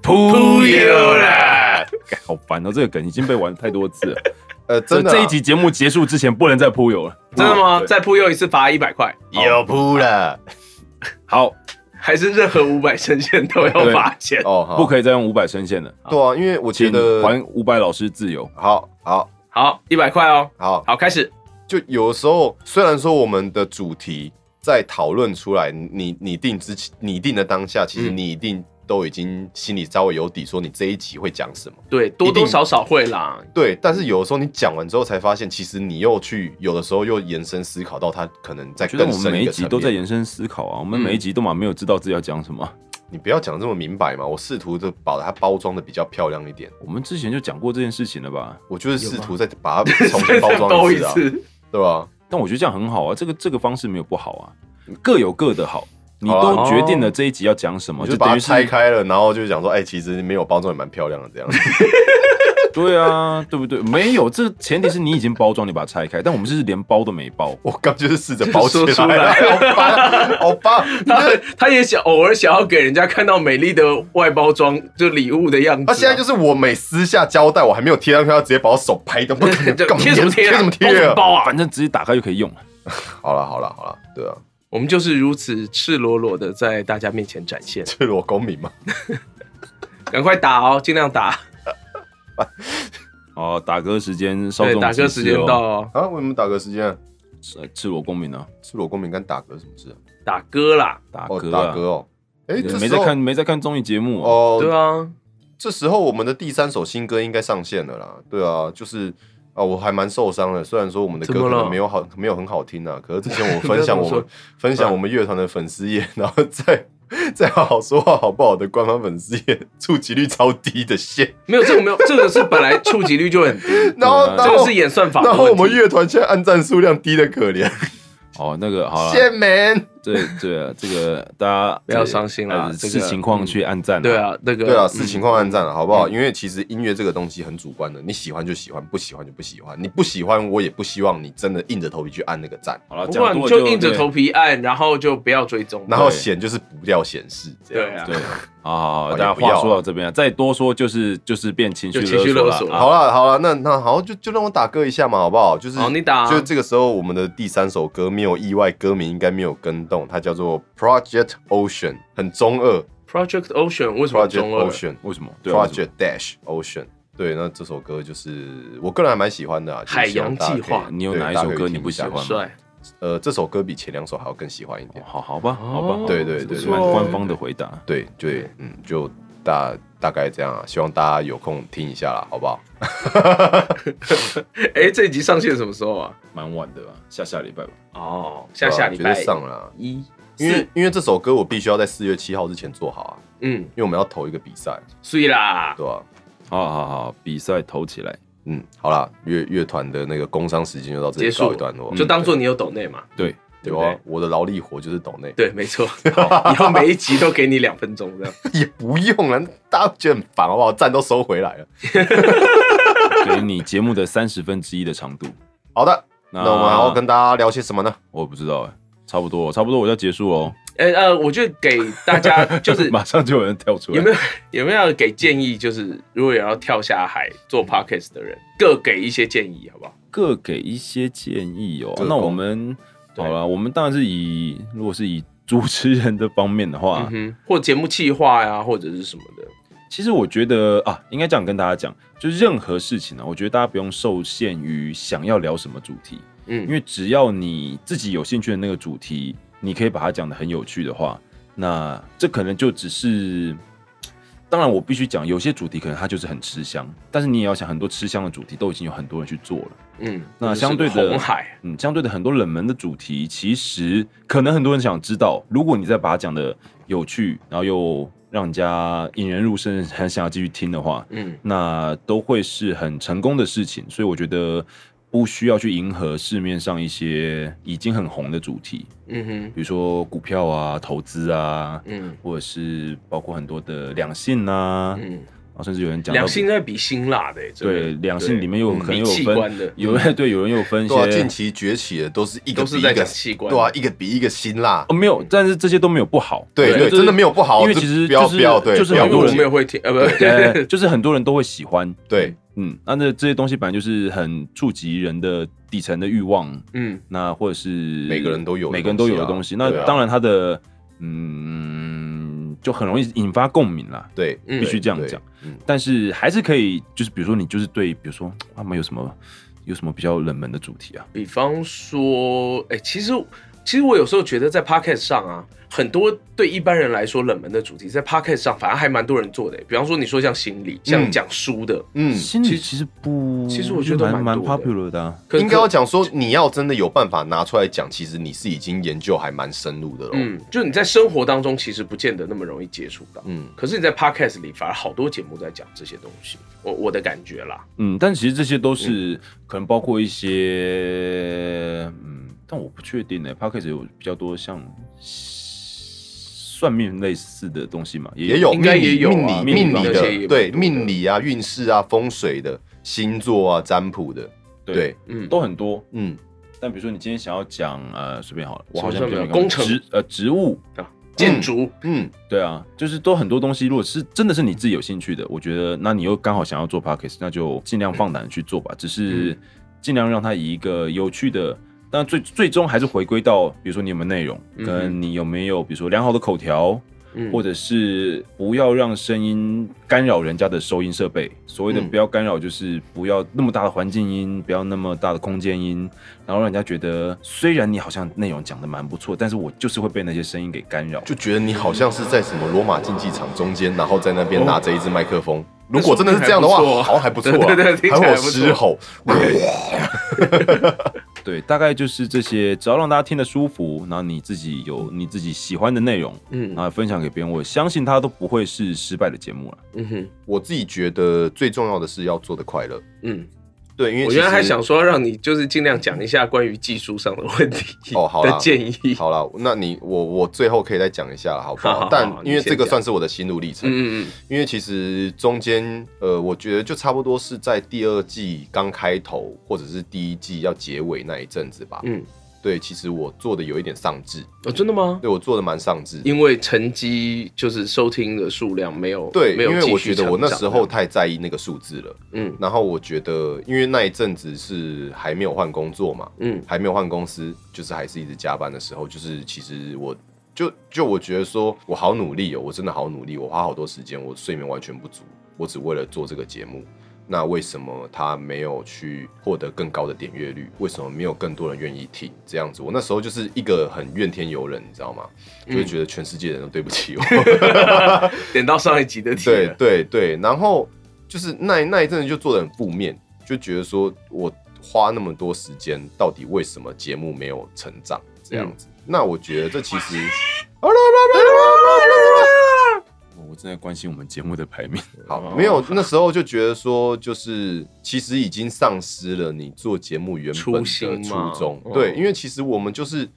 Speaker 3: 不
Speaker 6: 有啦。
Speaker 3: 好烦哦、这个梗已经被玩太多次了。
Speaker 5: 呃， 真的啊、
Speaker 3: 这一集节目结束之前不能再铺油了。
Speaker 6: 真的
Speaker 5: 嗯
Speaker 6: 吗？
Speaker 3: 对
Speaker 6: 再扑又一次罚一百块，
Speaker 5: 有铺 了
Speaker 3: 好，
Speaker 6: 还是任何五百 声线都要
Speaker 3: 对
Speaker 6: 罚钱？
Speaker 5: 哦，好
Speaker 3: 不可以再用五百声线了，
Speaker 5: 对啊，因为我觉
Speaker 3: 请
Speaker 5: 得
Speaker 3: 还五百老师自由。
Speaker 5: 好好
Speaker 6: 好，一百块哦。
Speaker 5: 好，
Speaker 6: 好，开始。
Speaker 5: 就有时候虽然说我们的主题在讨论出来，你你定之前你定的当下，其实
Speaker 6: 嗯
Speaker 5: 你一定都已经心里稍微有底，说你这一集会讲什么。
Speaker 6: 对，多多少少会啦。
Speaker 5: 对，但是有的时候你讲完之后才发现，其实你又去有的时候又延伸思考到它可能在
Speaker 3: 觉得
Speaker 5: 更
Speaker 3: 我们
Speaker 5: 深
Speaker 3: 每
Speaker 5: 一
Speaker 3: 一
Speaker 5: 个
Speaker 3: 集
Speaker 5: 层
Speaker 3: 都在
Speaker 5: 面。
Speaker 3: 延伸思考啊，我
Speaker 6: 嗯
Speaker 3: 们每一集都嘛没有知道自己要讲什么啊。
Speaker 5: 你不要讲这么明白嘛，我试图的把它包装的比较漂亮一点，
Speaker 3: 我们之前就讲过这件事情了吧？
Speaker 5: 我就是试图再把 它重新包
Speaker 6: 包
Speaker 5: 装
Speaker 6: 一
Speaker 5: 一次啊，
Speaker 6: 次，
Speaker 5: 对吧？
Speaker 3: 但我觉得这样很好啊，这个这个方式没有不好啊，各有各的好。你
Speaker 5: 好啊
Speaker 3: 都决定了这一集要讲什么，
Speaker 5: 我
Speaker 3: 就
Speaker 5: 就把
Speaker 3: 等
Speaker 5: 它
Speaker 3: 于
Speaker 5: 拆
Speaker 3: 是
Speaker 5: 开了，然后就讲说，哎、其实没有包装也蛮漂亮的这样。
Speaker 3: 对啊，对不对？没有，这前提是你已经包装，你把它拆开。但我们就是连包都没包，
Speaker 5: 我刚就是试着包起
Speaker 6: 说出
Speaker 5: 来
Speaker 6: 来
Speaker 5: 了，好吧，好吧，
Speaker 6: 他 他也想偶尔想要给人家看到美丽的外包装，就礼物的样子啊。
Speaker 5: 他现在就是我每私下交代，我还没有贴上去，他直接把我手拍掉，不可 能
Speaker 6: 就
Speaker 5: 干嘛
Speaker 6: 贴什么贴啊？
Speaker 5: 贴什么
Speaker 6: 包
Speaker 5: 贴
Speaker 6: 什么
Speaker 5: 啊？
Speaker 6: 包啊？
Speaker 3: 反正直接打开就可以用了。
Speaker 5: 好了好了好了，对啊，
Speaker 6: 我们就是如此赤裸裸的在大家面前展现，
Speaker 5: 赤裸公民嘛，
Speaker 6: 赶快打哦，尽量打。
Speaker 3: 哦，打嗝时间稍
Speaker 6: 对，
Speaker 3: 纵
Speaker 6: 打
Speaker 3: 即逝
Speaker 6: 歌时间
Speaker 3: 哦
Speaker 6: 到，哦，
Speaker 5: 啊，为什么打嗝时间啊？
Speaker 3: 赤赤裸公民啊，
Speaker 5: 赤裸公民跟打嗝什么事啊？
Speaker 6: 打歌啦。
Speaker 3: 打
Speaker 5: 哦，
Speaker 3: 嗝
Speaker 5: 打
Speaker 3: 啊
Speaker 5: 嗝，哦，哎，
Speaker 3: 你
Speaker 5: 这
Speaker 3: 没
Speaker 5: 时
Speaker 3: 在
Speaker 5: 候
Speaker 3: 看没在看综艺节目哦。
Speaker 5: 哦，
Speaker 6: 对啊，
Speaker 5: 这时候我们的第三首新歌应该上线了啦，对啊，就是。啊，我还蛮受伤的。虽然说我们的
Speaker 6: 怎
Speaker 5: 歌
Speaker 6: 么
Speaker 5: 可
Speaker 6: 了
Speaker 5: 能没有好，没有很好听啊，可是之前我分 享我
Speaker 6: 不要这么
Speaker 5: 们分享我们乐团的粉丝页，然后再 再好好说话好不好的官方粉丝页，触及率超低的线。
Speaker 6: 没有这 个没有，这个是本来触及率就很低，
Speaker 5: 然后，
Speaker 3: 对啊
Speaker 5: 然
Speaker 6: 这
Speaker 5: 后
Speaker 6: 个是演算法的
Speaker 5: 然
Speaker 6: 问题。
Speaker 5: 后我们乐团现在按赞数量低的可怜，
Speaker 3: 哦，那个好了，
Speaker 5: 谢门。
Speaker 3: 对对啊，这个大家
Speaker 6: 不要伤心啦
Speaker 3: 呃
Speaker 6: 这个
Speaker 3: 视情况去按赞啊。
Speaker 6: 对啊，那个
Speaker 5: 对啊，
Speaker 6: 嗯
Speaker 5: 视情况按赞了，好不好？因为其实音乐这个东西很主观的，你喜欢就喜欢，不喜欢就不喜欢。你不喜欢，我也不希望你真的硬着头皮去按那个赞，
Speaker 3: 好了，
Speaker 6: 不
Speaker 3: 讲
Speaker 6: 管
Speaker 3: 多了
Speaker 6: 就硬着
Speaker 3: 对
Speaker 6: 头皮按，然后就不要追踪。
Speaker 5: 然后显就是不掉显示这样。
Speaker 6: 对啊，
Speaker 3: 对，好好，好
Speaker 5: 也
Speaker 3: 大家
Speaker 5: 不要
Speaker 3: 话说到这边啊，再多说就是就是变情绪
Speaker 6: 就情绪勒
Speaker 3: 勒
Speaker 6: 索
Speaker 3: 索啊
Speaker 6: 了
Speaker 3: 了。
Speaker 5: 好了好了，那那好，就就让我打歌一下嘛，好不好？就是
Speaker 6: 好你打啊
Speaker 5: 就这个时候我们的第三首歌没有意外，歌名应该没有跟动，它叫做 Project Ocean，很中二
Speaker 6: Project Ocean 为什么
Speaker 5: ，Project
Speaker 6: 中二？
Speaker 5: Ocean。
Speaker 3: 为什么？对啊为什么
Speaker 5: Project Dash Ocean。对，那这首歌就是我个人还蛮喜欢的、啊，就是
Speaker 6: 海洋计划
Speaker 5: 希望大家可以
Speaker 3: 你有哪一首歌你不喜欢？
Speaker 5: 对大家可以听一下
Speaker 6: 帅，
Speaker 5: 呃，这首歌比前两首还要更喜欢一
Speaker 6: 哦
Speaker 5: 点。
Speaker 3: 好好吧，好吧，好
Speaker 5: 对对对
Speaker 3: 这
Speaker 5: 对
Speaker 3: 蛮
Speaker 5: 对
Speaker 3: 官方的回答。啊
Speaker 5: 对对，嗯，就大大概这样啊，希望大家有空听一下啦，好不好？
Speaker 6: 哎，这一集上线什么时候啊？
Speaker 3: 蛮晚的吧，下下礼拜吧。
Speaker 6: 哦，下下礼
Speaker 5: 对
Speaker 6: 拜
Speaker 5: 啊绝对上了啊，
Speaker 6: 一，
Speaker 5: 因为
Speaker 6: 四
Speaker 5: 因为这首歌我必须要在四月七号之前做好啊，
Speaker 6: 嗯，
Speaker 5: 因为我们要投一个比赛，
Speaker 6: 碎啦，
Speaker 5: 对吧、
Speaker 3: 好好好，比赛投起来。
Speaker 5: 嗯，好啦，乐乐团的那个工商时间就到这
Speaker 6: 结
Speaker 5: 里
Speaker 6: 束
Speaker 5: 告一段落，
Speaker 6: 就当做
Speaker 5: 嗯
Speaker 6: 你有抖内嘛。
Speaker 3: 对，
Speaker 6: 对
Speaker 5: 对
Speaker 6: 不
Speaker 5: 有
Speaker 6: 对
Speaker 5: 啊，我的劳力活就是抖内，
Speaker 6: 对，没错， 好以后每一集都给你两分钟 这样。
Speaker 5: 也不用了，大家觉得很烦好不好？赞都收回来了。
Speaker 3: 给你节目的三十分之一的长度。
Speaker 5: 好的，
Speaker 3: 那
Speaker 5: 那我们还要跟大家聊些什么呢？
Speaker 3: 我不知道哎，差不多，差不多我要结束哦。
Speaker 6: 呃呃，我就给大家就是
Speaker 3: 马上就有人跳出来。
Speaker 6: 有没有有没有给建议？就是如果有要跳下海做 podcast 的人，各给一些建议好不好？
Speaker 3: 各给一些建议哦
Speaker 5: 各。
Speaker 3: 那我
Speaker 5: 公
Speaker 3: 们
Speaker 6: 对
Speaker 3: 好了，我们当然是以如果是以主持人的方面的话
Speaker 6: 嗯，哼，或节目企划呀，或者是什么的。
Speaker 3: 其实我觉得啊，应该这样跟大家讲，就任何事情啊呢、我觉得大家不用受限于想要聊什么主题，
Speaker 6: 嗯，
Speaker 3: 因为只要你自己有兴趣的那个主题，你可以把它讲得很有趣的话，那这可能就只是。当然，我必须讲，有些主题可能它就是很吃香，但是你也要想，很多吃香的主题都已经有很多人去做了。
Speaker 6: 嗯，
Speaker 3: 那
Speaker 6: 就是
Speaker 3: 相对的
Speaker 6: 红海，
Speaker 3: 嗯，相对的很多冷门的主题，其实可能很多人想知道，如果你再把它讲的有趣，然后又让人家引人入胜，很想要继续听的话，
Speaker 6: 嗯，
Speaker 3: 那都会是很成功的事情。所以我觉得不需要去迎合市面上一些已经很红的主题，
Speaker 6: 嗯哼，
Speaker 3: 比如说股票啊、投资啊，
Speaker 6: 嗯
Speaker 3: 或者是包括很多的两性啊，
Speaker 6: 嗯
Speaker 3: 然后甚至有人讲到
Speaker 6: 两性在比辛辣的、欸，真的
Speaker 3: 对两性里面又有可能
Speaker 6: 比
Speaker 3: 又
Speaker 6: 器
Speaker 3: 有
Speaker 6: 官
Speaker 3: 分
Speaker 6: 的，
Speaker 3: 有 人对有人又有分一
Speaker 5: 对啊，近
Speaker 3: 些
Speaker 5: 期崛起的都是一个
Speaker 6: 都是
Speaker 5: 比一
Speaker 6: 在
Speaker 5: 个
Speaker 6: 讲器官
Speaker 5: 对啊，一个比一个辛辣
Speaker 3: 哦，。没有，但是这些都没有不好，
Speaker 5: 对
Speaker 3: 就是
Speaker 5: 真的没有不好
Speaker 3: 因为
Speaker 5: 这
Speaker 3: 其实
Speaker 5: 不要
Speaker 3: 就是
Speaker 5: 不要对
Speaker 3: 就是
Speaker 5: 不要
Speaker 3: 很
Speaker 6: 因为
Speaker 3: 多
Speaker 6: 我
Speaker 3: 人
Speaker 6: 们也会听，呃，不，
Speaker 3: 对，就是很多人都会喜欢，
Speaker 5: 对，
Speaker 3: 嗯，那这这些东西本来就是很触及人的底层的欲望，
Speaker 6: 嗯，
Speaker 3: 那或者是每
Speaker 5: 个人都有的
Speaker 3: 每个人都有的东
Speaker 5: 东
Speaker 3: 西。
Speaker 5: 西啊
Speaker 3: 那
Speaker 5: 对啊
Speaker 3: 当然，它的嗯，就很容易引发共鸣啦，
Speaker 5: 对，
Speaker 6: 嗯
Speaker 3: 必须这样
Speaker 5: 对
Speaker 3: 讲。，
Speaker 5: 嗯，
Speaker 3: 但是还是可以，就是比如说你就是对，比如说他们有什么有什么比较冷门的主题啊？
Speaker 6: 比方说，哎、其实其实我有时候觉得在 podcast 上啊，很多对一般人来说冷门的主题，在 podcast 上反而还蛮多人做的、比方说，你说像心理，像讲书的，
Speaker 5: 嗯，
Speaker 3: 心里
Speaker 6: 其实
Speaker 3: 其实不，
Speaker 6: 其实我觉得
Speaker 3: 蛮蛮
Speaker 6: 蛮多的
Speaker 3: popular 的啊。
Speaker 6: 可
Speaker 5: 应该要讲说，你要真的有办法拿出来讲，其实你是已经研究还蛮深入的喽。
Speaker 6: 嗯，就你在生活当中其实不见得那么容易接触到，
Speaker 5: 嗯
Speaker 6: 可是你在 podcast 里反而好多节目在讲这些东西，我我的感觉啦，
Speaker 3: 嗯，但其实这些都是、可能包括一些，嗯，但我不确定呢、p o c k e t 有比较多像算命类似的东西嘛，
Speaker 5: 也有，
Speaker 6: 应该
Speaker 5: 命理
Speaker 6: 也有
Speaker 5: 命
Speaker 6: 啊
Speaker 5: 理命理
Speaker 3: 命理
Speaker 6: 那些也蛮
Speaker 5: 的，对
Speaker 6: 多的
Speaker 5: 命理啊、运势啊、风水的、星座啊、占卜的，
Speaker 3: 对
Speaker 5: 对，
Speaker 6: 嗯，
Speaker 3: 都很多。
Speaker 5: 嗯，
Speaker 3: 但比如说你今天想要讲呃，随便好了，我好像
Speaker 6: 什么
Speaker 3: 比较
Speaker 6: 上面
Speaker 3: 没
Speaker 6: 工
Speaker 3: 看
Speaker 6: 程
Speaker 3: 植呃植物，
Speaker 6: 建筑，
Speaker 5: 嗯，
Speaker 3: 对啊，就是都很多东西，如果是真的是你自己有兴趣的，我觉得那你又刚好想要做 podcast，那就尽量放胆去做吧，只
Speaker 6: 嗯
Speaker 3: 是尽量让它以一个有趣的。但最最终还是回归到，比如说你有没有内容，
Speaker 6: 嗯哼
Speaker 3: 跟你有没有比如说良好的口条，
Speaker 6: 嗯
Speaker 3: 或者是不要让声音干扰人家的收音设备。所谓的
Speaker 5: 嗯
Speaker 3: 不要干扰，就是不要那么大的环境音，不要那么大的空间音，然后让人家觉得，虽然你好像内容讲的蛮不错，但是我就是会被那些声音给干扰。
Speaker 5: 就觉得你好像是在什么罗马竞技场中间，然后在那边拿着一支麦克风。如果真的是这样的话，
Speaker 6: 那说不定还不错啊
Speaker 5: 好像还不错啊，
Speaker 6: 对对对听起来
Speaker 5: 还有
Speaker 6: 还不错
Speaker 5: 狮吼，
Speaker 3: 对，大概就是这些，只要让大家听得舒服，然后你自己有你自己喜欢的内容，
Speaker 6: 嗯
Speaker 3: 然后分享给别人，我相信它都不会是失败的节目了。
Speaker 6: 嗯哼，
Speaker 5: 我自己觉得最重要的是要做的快乐。
Speaker 6: 嗯，
Speaker 5: 对，因为
Speaker 6: 我原来
Speaker 5: 其实
Speaker 6: 还想说让你就是尽量讲一下关于技术上的问题
Speaker 5: 哦好
Speaker 6: 的
Speaker 5: 啦
Speaker 6: 建议，
Speaker 5: 好了，那你我我最后可以再讲一下了，好不
Speaker 6: 好好
Speaker 5: 好
Speaker 6: 好？
Speaker 5: 但
Speaker 6: 你
Speaker 5: 因为
Speaker 6: 先
Speaker 5: 这个
Speaker 6: 讲
Speaker 5: 算是我的心路历程，
Speaker 6: 嗯嗯
Speaker 5: 因为其实中间，呃，我觉得就差不多是在第二季刚开头，或者是第一季要结尾那一阵子吧。
Speaker 6: 嗯嗯，
Speaker 5: 对，其实我做的有一点丧志，
Speaker 6: 哦，真的吗？
Speaker 5: 对我做的蛮丧志的。
Speaker 6: 因为成绩就是收听的数量没有
Speaker 5: 对，
Speaker 6: 没有
Speaker 5: 因为
Speaker 6: 继
Speaker 5: 我
Speaker 6: 续
Speaker 5: 觉得我那
Speaker 6: 成长
Speaker 5: 时候太在意那个数字了。
Speaker 6: 嗯
Speaker 5: 然后我觉得，因为那一阵子是还没有换工作嘛，
Speaker 6: 嗯
Speaker 5: 还没有换公司，就是还是一直加班的时候，就是其实我就就我觉得说我好努力哦，我真的好努力，我花好多时间，我睡眠完全不足，我只为了做这个节目。那为什么他没有去获得更高的点阅率？为什么没有更多人愿意听？这样子，我那时候就是一个很怨天尤人，你知道吗？就是觉得全世界的人都对不起我。
Speaker 6: 点到上一集的题
Speaker 5: 对
Speaker 6: 了，
Speaker 5: 对对，然后就是那那一阵子就做的很负面，就觉得说我花那么多时间，到底为什么节目没有成长这样
Speaker 6: 嗯
Speaker 5: 子？那我觉得这其 实，
Speaker 3: 我我正在关心我们节目的排名，
Speaker 6: 哦
Speaker 5: 好，没有那时候就觉得说，就是其实已经丧失了你做节目原本
Speaker 6: 初
Speaker 5: 的
Speaker 6: 心
Speaker 5: 初
Speaker 6: 嘛
Speaker 5: 衷。
Speaker 6: 嗯
Speaker 5: 对，因为其实我们就是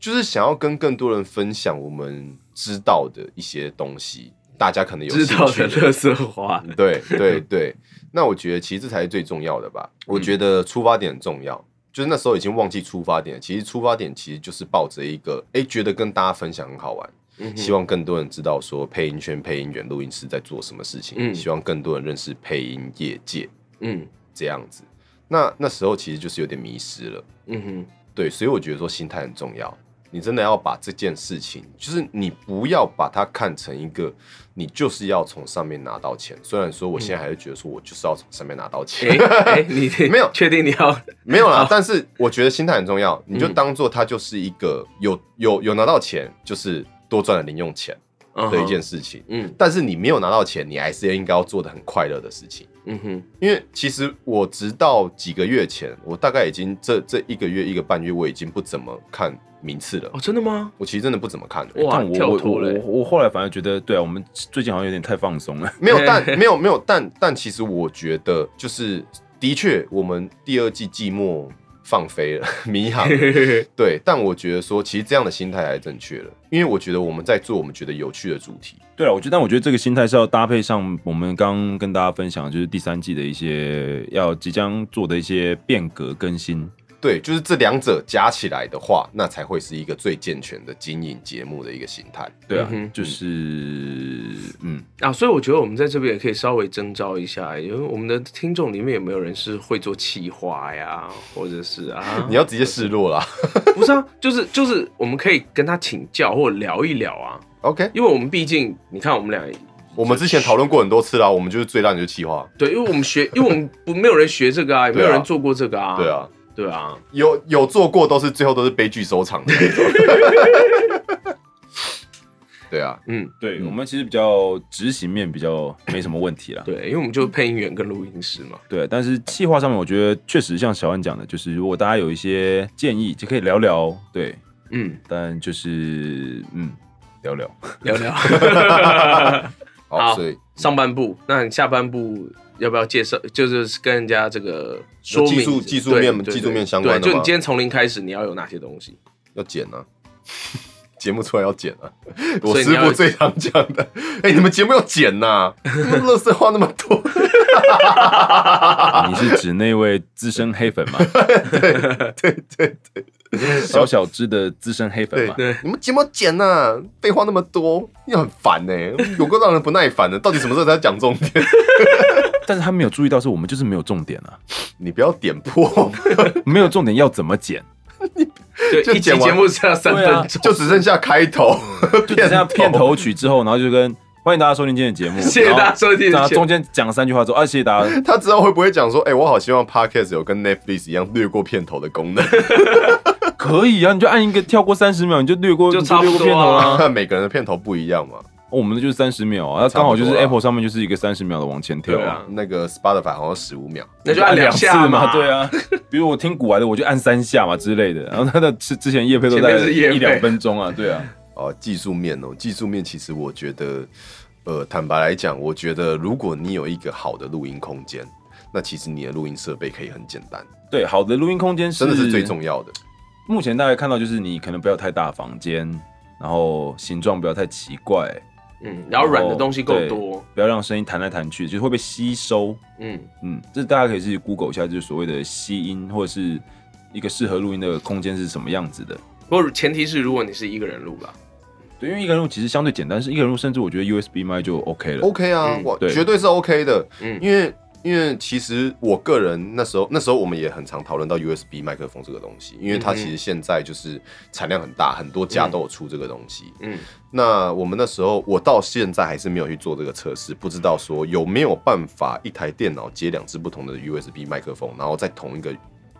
Speaker 5: 就是想要跟更多人分享我们知道的一些东西，大家可能有
Speaker 6: 知
Speaker 5: 兴
Speaker 6: 道
Speaker 5: 趣
Speaker 6: 的乐色话，
Speaker 5: 对对对，那我觉得其实这才是最重要的吧。我觉得出发点很重要，就是那时候已经忘记出发点了。其实出发点其实就是抱着一个，哎、觉得跟大家分享很好玩，
Speaker 6: 嗯
Speaker 5: 希望更多人知道说配音圈、配音员、录音师在做什么事情，
Speaker 6: 嗯
Speaker 5: 希望更多人认识配音业界
Speaker 6: 嗯
Speaker 5: 这样子。那那时候其实就是有点迷失了，
Speaker 6: 嗯 哼
Speaker 5: 对，所以我觉得说心态很重要。你真的要把这件事情，就是你不要把它看成一个，你就是要从上面拿到钱。虽然说我现在还是觉得说我就是要从上面拿到钱，
Speaker 6: 哎哎，你
Speaker 5: 没有
Speaker 6: 确定你要
Speaker 5: 没有 啦。但是我觉得心态很重要，你就当做它就是一个有有有拿到钱，就是多赚了零用钱的一件事情。
Speaker 6: 嗯
Speaker 5: 但是你没有拿到钱，你还是应该要做的很快乐的事情。
Speaker 6: 嗯哼
Speaker 5: 因为其实我直到几个月前，我大概已经这这一个月一个半月，我已经不怎么看名次了。
Speaker 6: 哦，真的吗？
Speaker 5: 我其实真的不怎么看、欸，
Speaker 6: 哇
Speaker 3: 但我
Speaker 6: 跳
Speaker 3: 我
Speaker 6: 脱
Speaker 3: 我
Speaker 6: 了欸
Speaker 3: 我我后来反而觉得，对啊，我们最近好像有点太放松了。
Speaker 5: 没有，但没有没有，但但其实我觉得就是的确，我们第二季季末放飞了， 迷航 了。对，但我觉得说，其实这样的心态还是正确的，因为我觉得我们在做我们觉得有趣的主题。
Speaker 3: 对了，啊我觉得，但我觉得这个心态是要搭配上我们刚跟大家分享，就是第三季的一些要即将做的一些变革更新。
Speaker 5: 对，就是这两者加起来的话，那才会是一个最健全的经营节目的一个形态。
Speaker 3: 对啊，
Speaker 6: 嗯哼
Speaker 3: 就是嗯，
Speaker 6: 啊，所以我觉得我们在这边也可以稍微征召一下，因为我们的听众里面有没有人是会做企划呀，或者是啊，
Speaker 5: 你要直接示弱啦。
Speaker 6: 不是啊，就是就是我们可以跟他请教或聊一聊啊，
Speaker 5: OK，
Speaker 6: 因为我们毕竟你看我们俩
Speaker 5: 我们之前讨论过很多次啦，我们就是最烂的就是企划。
Speaker 6: 对，因为我们学， 因为我们不没有人学这个啊，也没有人做过这个啊，
Speaker 5: 对，啊，
Speaker 6: 对啊，
Speaker 5: 有有做过，都是最后都是悲剧收场的那种。对啊，
Speaker 6: 嗯，
Speaker 3: 对我们其实比较执行面比较没什么问题啦。
Speaker 6: 对，因为我们就是配音员跟录音师嘛，
Speaker 3: 对，但是企划上面，我觉得确实像小安讲的，就是如果大家有一些建议，就可以聊聊。对，
Speaker 6: 嗯，
Speaker 3: 但就是嗯，聊聊。
Speaker 6: 聊 聊
Speaker 5: 好，
Speaker 6: 好
Speaker 5: 所以
Speaker 6: 上半部，那你下半部要不要介绍？就是跟人家这个说
Speaker 5: 有
Speaker 6: 明
Speaker 5: 技术技术
Speaker 6: 对
Speaker 5: 面
Speaker 6: 对对
Speaker 5: 技术面相关的
Speaker 6: 对，就
Speaker 5: 吗
Speaker 6: 你今天从零开始，你要有哪些东 西？
Speaker 5: 要剪啊，节目出来要剪啊，我
Speaker 6: 所以你
Speaker 5: 师
Speaker 6: 要
Speaker 5: 傅最常讲的，哎、你们节目要剪呐、啊，乐色话那么多，
Speaker 6: 啊
Speaker 3: 你是指那位资深黑 粉吗？
Speaker 5: 对对
Speaker 3: 小小只的资深黑粉
Speaker 5: 对
Speaker 3: 吗？
Speaker 5: 对，你们节目要剪呐、啊，废话那么多，你很烦呢、有够让人不耐烦的。到底什么时候才要讲重点？
Speaker 3: 但是他没有注意到，是我们就是没有重点啊，
Speaker 5: 你不要点破，
Speaker 3: 没有重点要怎 么剪？
Speaker 5: 就
Speaker 6: 对，一集
Speaker 5: 剪完
Speaker 6: 节目只要三分
Speaker 3: 对啊
Speaker 6: 钟，
Speaker 5: 就只剩下开头，
Speaker 3: 就只剩下片头曲之后，然后就跟欢迎大家收听今天的节目，
Speaker 6: 谢谢大家收听
Speaker 3: 然后啊中间讲三句话之后，啊，谢谢大家。
Speaker 5: 他知道会不会讲说，哎、我好希望 podcast 有跟 Netflix 一样略过片头的功能，
Speaker 3: 可以啊，你就按一个跳过三十秒，你就略过，
Speaker 6: 就
Speaker 3: 你
Speaker 6: 差不
Speaker 3: 略
Speaker 6: 多
Speaker 3: 过片头啦。
Speaker 6: 啊
Speaker 5: 每个人的片头不一样嘛。
Speaker 3: 哦我们的就是三十秒啊，那刚好就是
Speaker 5: 差不多啊
Speaker 3: Apple 上面就是一个三十秒的往前跳
Speaker 6: 对啊
Speaker 5: 那个 Spotify 好像十五秒，
Speaker 6: 那就按两下
Speaker 3: 次嘛，对
Speaker 6: 啊，
Speaker 3: 啊。比如我听古玩的，我就按三下嘛之类的。然后他的之之前叶配都
Speaker 6: 前
Speaker 3: 在
Speaker 6: 面是业配
Speaker 3: 一两分钟 啊，对啊。
Speaker 5: 哦，技术面哦，技术面其实我觉得，呃，坦白来讲，我觉得如果你有一个好的录音空间，那其实你的录音设备可以很简单，
Speaker 3: 对，好的录音空间
Speaker 5: 真的是最重要的。
Speaker 3: 目前大概看到就是你可能不要太大房间，然后形状不要太奇怪，
Speaker 6: 嗯，然后软的东西
Speaker 5: 哦
Speaker 6: 够
Speaker 3: 对
Speaker 6: 多，
Speaker 3: 不要让声音弹来弹去，就是会被吸收。
Speaker 6: 嗯，
Speaker 3: 嗯，这大家可以去 Google 一下，就是所谓的吸音或者是一个适合录音的空间是什么样子的。
Speaker 6: 不过前提是如果你是一个人录啦，
Speaker 3: 对，因为一个人录其实相对简单，是一个人录，甚至我觉得 USB 麦就 OK 了。
Speaker 5: OK 啊，
Speaker 6: 嗯
Speaker 5: 我
Speaker 3: 对
Speaker 5: 绝对是 OK 的，
Speaker 6: 嗯
Speaker 5: 因为因为其实我个人那时候那时候我们也很常讨论到 USB 麦克风这个东西，因为它
Speaker 6: 嗯哼
Speaker 5: 其实现在就是产量很大，很多家都有出这个东西。
Speaker 6: 嗯
Speaker 5: 那我们那时候我到现在还是没有去做这个测试，不知道说有没有办法一台电脑接两支不同的 USB 麦克风，然后在同一个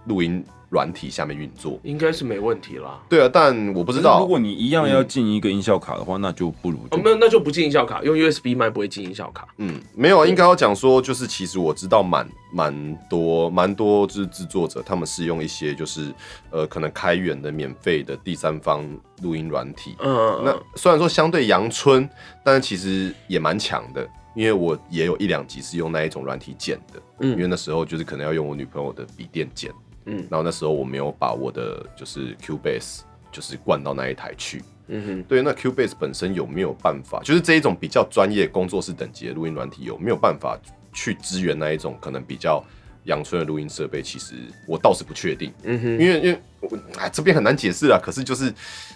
Speaker 5: 录音软体下面运作。
Speaker 6: 应该是没问题啦。
Speaker 5: 对啊，但我不
Speaker 3: 可
Speaker 5: 知
Speaker 3: 是
Speaker 5: 道
Speaker 3: 如果你一样要进一个音效卡的话，那就不如
Speaker 6: 嗯哦，
Speaker 3: 就
Speaker 6: 没有，那就不进音效卡，用 USB 麦不会进音效卡。
Speaker 5: 嗯，没有啊，应该要讲说，就是其实我知道蛮蛮多蛮多就是制作者，他们是用一些就是呃可能开源的免费的第三方录音软体，
Speaker 6: 嗯，
Speaker 5: 那
Speaker 6: 那
Speaker 5: 虽然说相对阳春，但是其实也蛮强的，因为我也有一两集是用那一种软体剪的，
Speaker 6: 嗯
Speaker 5: 因为那时候就是可能要用我女朋友的笔电剪，
Speaker 6: 嗯
Speaker 5: 然后那时候我没有把我的就是 Cubase 就是灌到那一台去，
Speaker 6: 嗯哼，
Speaker 5: 对，那 Cubase 本身有没有办法，就是这一种比较专业工作室等级的录音软体有没有办法去支援那一种可能比较阳春的录音设备？其实我倒是不确定，
Speaker 6: 嗯哼，
Speaker 5: 因为因为我哎这边很难解释啦。可是就是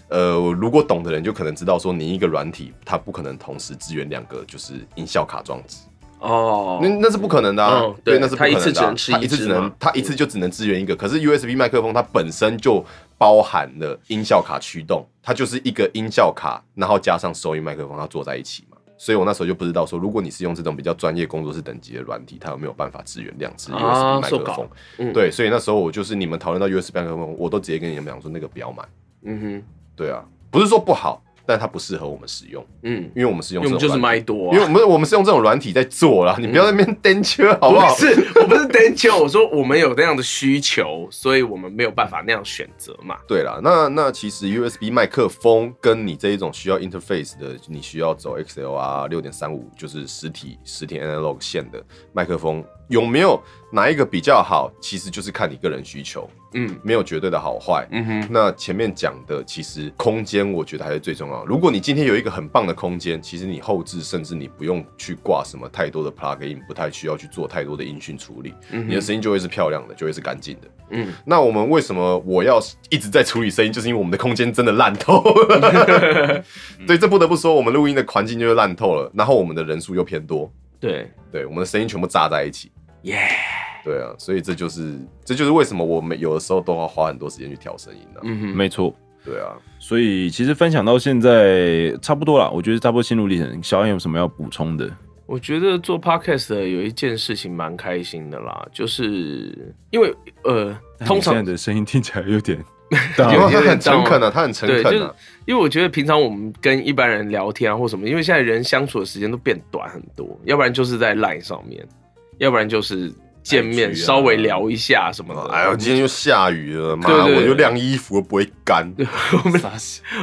Speaker 5: 呃，如果懂的人就可能知道说，你一个软体它不可能同时支援两个就是音效卡装置，
Speaker 6: 哦，
Speaker 5: 那那是不可能的、啊
Speaker 6: 嗯
Speaker 5: 对，
Speaker 6: 对
Speaker 5: 那是不可能的、啊。
Speaker 6: 它一次只能吃
Speaker 5: 它
Speaker 6: 一
Speaker 5: 一次
Speaker 6: 只
Speaker 5: 只能
Speaker 6: 嘛
Speaker 5: 它一次就只能支援一个。可是 USB 麦克风它本身就包含了音效卡驱动，它就是一个音效卡，然后加上收音麦克风，它做在一起嘛。所以我那时候就不知道说，如果你是用这种比较专业工作室等级的软体，它有没有办法支援两只
Speaker 6: 啊
Speaker 5: USB 麦
Speaker 6: 受
Speaker 5: 克
Speaker 6: 搞
Speaker 5: 风？
Speaker 6: 嗯
Speaker 5: 对，所以那时候我就是你们讨论到 USB 麦克风，我都直接跟你们讲说那个不要买。
Speaker 6: 嗯哼，
Speaker 5: 对啊，不是说不好，但它不适合我们使用，
Speaker 6: 嗯，
Speaker 5: 因为我们是用
Speaker 6: 因为我们
Speaker 5: 这
Speaker 6: 就是
Speaker 5: 种软
Speaker 6: 麦
Speaker 5: 体
Speaker 6: 多、啊，
Speaker 5: 因为我们我们是用这种软体在做啦，你不要在那边 颠车好不 好？
Speaker 6: 不是，我不是担心，我说我们有那样的需求，所以我们没有办法那样选择嘛。
Speaker 5: 对啦，那那其实 USB 麦克风跟你这一种需要 interface 的，你需要走 XLR 六点三五，就是实体实体 analog 线的麦克风，有没有哪一个比较好？其实就是看你个人需求。
Speaker 6: 嗯
Speaker 5: 没有绝对的好坏。
Speaker 6: 嗯哼，
Speaker 5: 那前面讲的，其实空间我觉得还是最重要。如果你今天有一个很棒的空间，其实你后置甚至你不用去挂什么太多的 plug in，不太需要去做太多的音讯处理，
Speaker 6: 嗯
Speaker 5: 你的声音就会是漂亮的，就会是干净的。
Speaker 6: 嗯，
Speaker 5: 那我们为什么我要一直在处理声音，就是因为我们的空间真的烂 透了。对，这不得不说，我们录音的环境就是烂透了，然后我们的人数又偏多，
Speaker 6: 对，
Speaker 5: 对，我们的声音全部炸在一起。
Speaker 6: 耶、
Speaker 5: 对啊，所以这就是这就是为什么我们有的时候都要花很多时间去调声音的、
Speaker 6: 嗯哼，
Speaker 3: 没错。
Speaker 5: 对啊，
Speaker 3: 所以其实分享到现在差不多了，我觉得差不多心路历程。小安有什么要补充的？
Speaker 6: 我觉得做 podcast 的有一件事情蛮开心的啦，就是因为呃，通
Speaker 3: 哎你现在
Speaker 6: 常
Speaker 3: 的声音听起 来有点大
Speaker 5: 因
Speaker 6: 有
Speaker 5: 为他
Speaker 6: 点
Speaker 5: 很
Speaker 6: 脏
Speaker 5: 诚
Speaker 6: 哦
Speaker 5: 恳啊，他很诚
Speaker 6: 对，就
Speaker 5: 恳
Speaker 6: 是
Speaker 5: 啊，
Speaker 6: 因为我觉得平常我们跟一般人聊天啊或什么，因为现在人相处的时间都变短很多，要不然就是在 LINE 上面，要不然就是见面
Speaker 3: IG 啊
Speaker 6: 稍微聊一下什么的。
Speaker 5: 哎呦，今天又下雨了，妈，
Speaker 6: 呃对对
Speaker 5: 我
Speaker 6: 对
Speaker 5: 就晾衣服又不会干。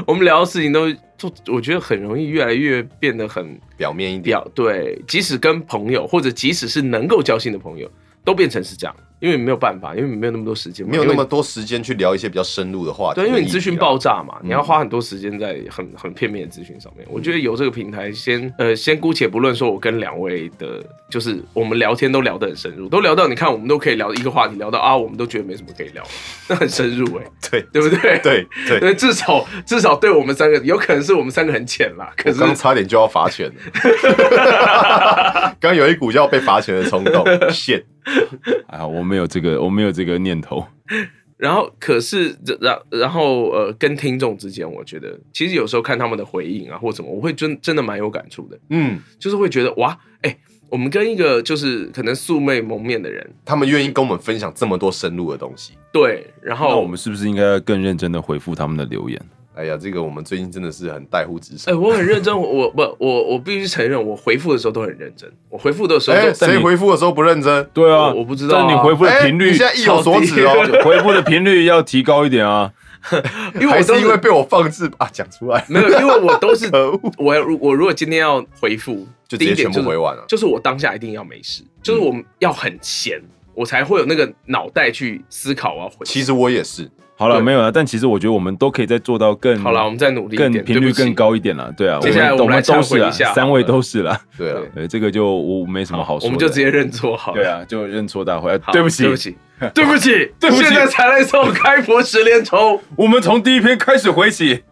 Speaker 6: 我们聊的事情都就我觉得很容易越来越变得很
Speaker 5: 表面一点，
Speaker 6: 表对，即使跟朋友或者即使是能够交心的朋友，都变成是这样，因为没有办法，因为没有那么多时间嘛，
Speaker 5: 没有
Speaker 6: 因
Speaker 5: 那
Speaker 6: 为
Speaker 5: 么多时间去聊一些比较深入的话题。
Speaker 6: 对，因为你资
Speaker 5: 跟议题
Speaker 6: 讯
Speaker 5: 啊
Speaker 6: 爆炸嘛，你要
Speaker 5: 嗯
Speaker 6: 花很多时间在很很片面的资讯上面。我觉得有这个平台先，呃，先姑且不论说我跟两位的，就是我们聊天都聊得很深入，都聊到你看我们都可以聊一个话题，聊到啊，我们都觉得没什么可以聊， 那很深入哎、
Speaker 5: 对
Speaker 6: 对不对？
Speaker 5: 对对
Speaker 6: 对，至少至少对我们三个，有可能是我们三个很浅啦，可
Speaker 5: 我
Speaker 6: 是
Speaker 5: 刚差点就要罚钱了， 刚有一股要被罚钱的冲动。shit，
Speaker 3: 还哎好我没有这个，我没有这个念头。
Speaker 6: 哦然后可是然然后呃，跟听众之间，我觉得其实有时候看他们的回应啊或什么，我会真真的蛮有感触的，
Speaker 5: 嗯，
Speaker 6: 就是会觉得哇，哎、我们跟一个就是可能素昧蒙面的人，
Speaker 5: 他们愿意跟我们分享这么多深入的东西。
Speaker 6: 对，然
Speaker 3: 那
Speaker 6: 后
Speaker 3: 我们是不是应该要更认真的回复他们的留言？
Speaker 5: 哎呀，这个我们最近真的是很带乎职
Speaker 6: 哎、
Speaker 5: 守。
Speaker 6: 我很认真，我不我我必须承认，我回复的时候都很认真，我回复的时候
Speaker 5: 哎，
Speaker 6: 都
Speaker 5: 谁回复的时候不认真？
Speaker 3: 对啊，
Speaker 6: 我我不知道啊
Speaker 3: 但你回复的
Speaker 5: 哎，
Speaker 3: 频率
Speaker 5: 你，现在意有所指
Speaker 6: 超低
Speaker 5: 哦，
Speaker 3: 回复的频率要提高一点啊。
Speaker 6: 因为
Speaker 5: 还
Speaker 6: 我都
Speaker 5: 是因为被我放置啊？讲 出来，
Speaker 6: 没有，因为我都是
Speaker 5: 可恶，
Speaker 6: 我要如我如果今天要回复，
Speaker 5: 就
Speaker 6: 第
Speaker 5: 直
Speaker 6: 一
Speaker 5: 接
Speaker 6: 点
Speaker 5: 全
Speaker 6: 就
Speaker 5: 部
Speaker 6: 是
Speaker 5: 回嗯完了。
Speaker 6: 就是我当下一定要没事，就是我要很闲，我才会有那个脑袋去思考我要回。
Speaker 5: 其实我也是，
Speaker 3: 好了，
Speaker 6: 对
Speaker 3: 没有了。但其实我觉得我们都可以再做到更
Speaker 6: 好了，我们再努力一点，
Speaker 3: 更频率
Speaker 6: 对不起
Speaker 3: 更。高一点了。对啊，
Speaker 6: 接下来
Speaker 3: 我
Speaker 6: 我们来
Speaker 3: 们都是
Speaker 6: 忏悔一
Speaker 3: 啦，
Speaker 6: 下
Speaker 3: 三位都是啦。
Speaker 5: 对啊
Speaker 6: 对，
Speaker 3: 对，这个就我没什么好说的。
Speaker 6: 我们就直接认错好了。
Speaker 3: 对啊，就认错大会。
Speaker 6: 好，
Speaker 3: 对不起，
Speaker 6: 对不，起，对不起，
Speaker 3: 对不起
Speaker 6: 现在才来送开佛十连抽，
Speaker 3: 我们从第一篇开始回起。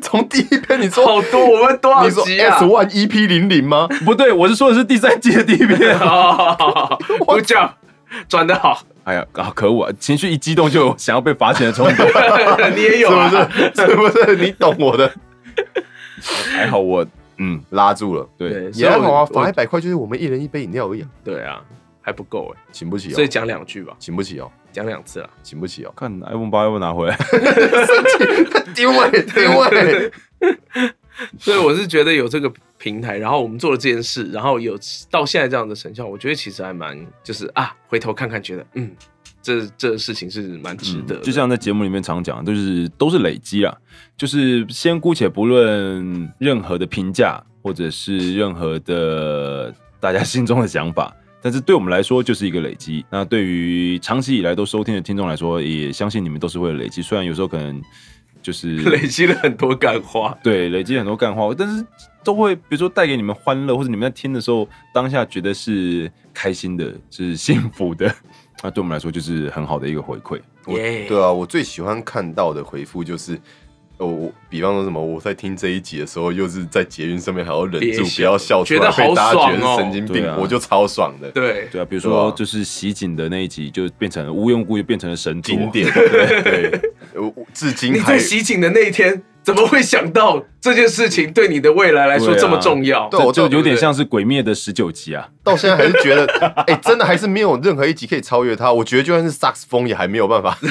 Speaker 5: 从第一篇你说
Speaker 6: 好多，我们多少
Speaker 5: 你说
Speaker 6: 集啊
Speaker 5: S？One EP 零零吗？
Speaker 3: 不对，我是说的是第三季的第一篇。
Speaker 6: 好好好好好， 鼓掌，转的好，
Speaker 3: 哎呀，啊，可恶啊！情绪一激动就有想要被罚钱的冲 动。
Speaker 6: 你也 有啊？
Speaker 5: 是不是？是不是？你懂我的，
Speaker 3: 还好我，嗯，
Speaker 5: 拉住了。
Speaker 3: 对，，
Speaker 6: 所以
Speaker 5: 也还好啊，
Speaker 6: 我
Speaker 5: 罚一百块就是我们一人一杯饮料而已啊，
Speaker 6: 对啊，还不够哎，
Speaker 5: 请不起
Speaker 6: 所以
Speaker 5: 哦，
Speaker 6: 讲两句吧，
Speaker 5: 请不起哦，
Speaker 6: 讲两次啊啦。
Speaker 5: 请不起哦
Speaker 3: 看 iPhone 八要不要拿回来？
Speaker 5: 丢 哎丢哎，
Speaker 6: 所以我是觉得有这个平台，然后我们做了这件事，然后有到现在这样的成效，我觉得其实还蛮就是啊，回头看看觉得嗯，这这事情是蛮值得的、
Speaker 3: 嗯就像在节目里面常讲，就是都是累积啊，就是先姑且不论任何的评价，或者是任何的大家心中的想法。但是对我们来说就是一个累积。那对于长期以来都收听的听众来说，也相信你们都是会累积。虽然有时候可能就是
Speaker 6: 累积了很多感化。
Speaker 3: 对，累积很多干话，但是都会比如说带给你们欢乐，或者你们在听的时候，当下觉得是开心的，是幸福的， 那对我们来说就是很好的一个回馈。
Speaker 6: 耶
Speaker 5: 对啊，我最喜欢看到的回复就是。哦，我比方说什么，我在听这一集的时候，又是在捷运上面还要忍
Speaker 6: 憋
Speaker 5: 住
Speaker 6: 笑
Speaker 5: 不要笑出
Speaker 6: 觉得
Speaker 5: 来，
Speaker 6: 好
Speaker 5: 被大家觉得
Speaker 6: 爽哦
Speaker 5: 是神经病
Speaker 3: 对啊，
Speaker 5: 我就超爽的，
Speaker 6: 对
Speaker 3: 对啊，比如
Speaker 5: 对
Speaker 3: 说
Speaker 5: 啊
Speaker 3: 就是袭警的那一集，就变成无缘无故就变成了神作
Speaker 5: 经。典，对，对我我至
Speaker 6: 你
Speaker 5: 今还
Speaker 6: 在袭警的那一天，怎么会想到这件事情对你的未来来说
Speaker 3: 对啊
Speaker 6: 这么重要？
Speaker 5: 对我
Speaker 3: 就
Speaker 5: 到
Speaker 3: 有点像是《鬼灭》的十九集啊，
Speaker 5: 到现在还是觉得， 哎、真的还是没有任何一集可以超越它。我觉得就算是萨克斯风也还没有办法。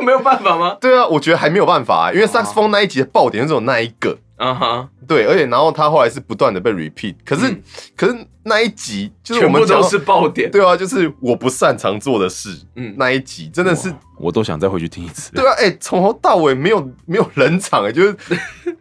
Speaker 6: 没有办法吗？
Speaker 5: 对啊，我觉得还没有办法、啊因为萨克斯风那一集的爆点只有那一个。
Speaker 6: 啊哈，
Speaker 5: 对，而且然后他后来是不断的被 repeat，可是、
Speaker 6: 嗯
Speaker 5: 可是那一集就是
Speaker 6: 全
Speaker 5: 我们
Speaker 6: 部
Speaker 5: 讲
Speaker 6: 都
Speaker 5: 到
Speaker 6: 是爆点。
Speaker 5: 对啊，就是我不擅长做的事，
Speaker 6: 嗯
Speaker 5: 嗯，那一集真的是
Speaker 3: 我都想再回去听一次。
Speaker 5: 对啊，哎、从头到尾没有没有冷场、哎，就是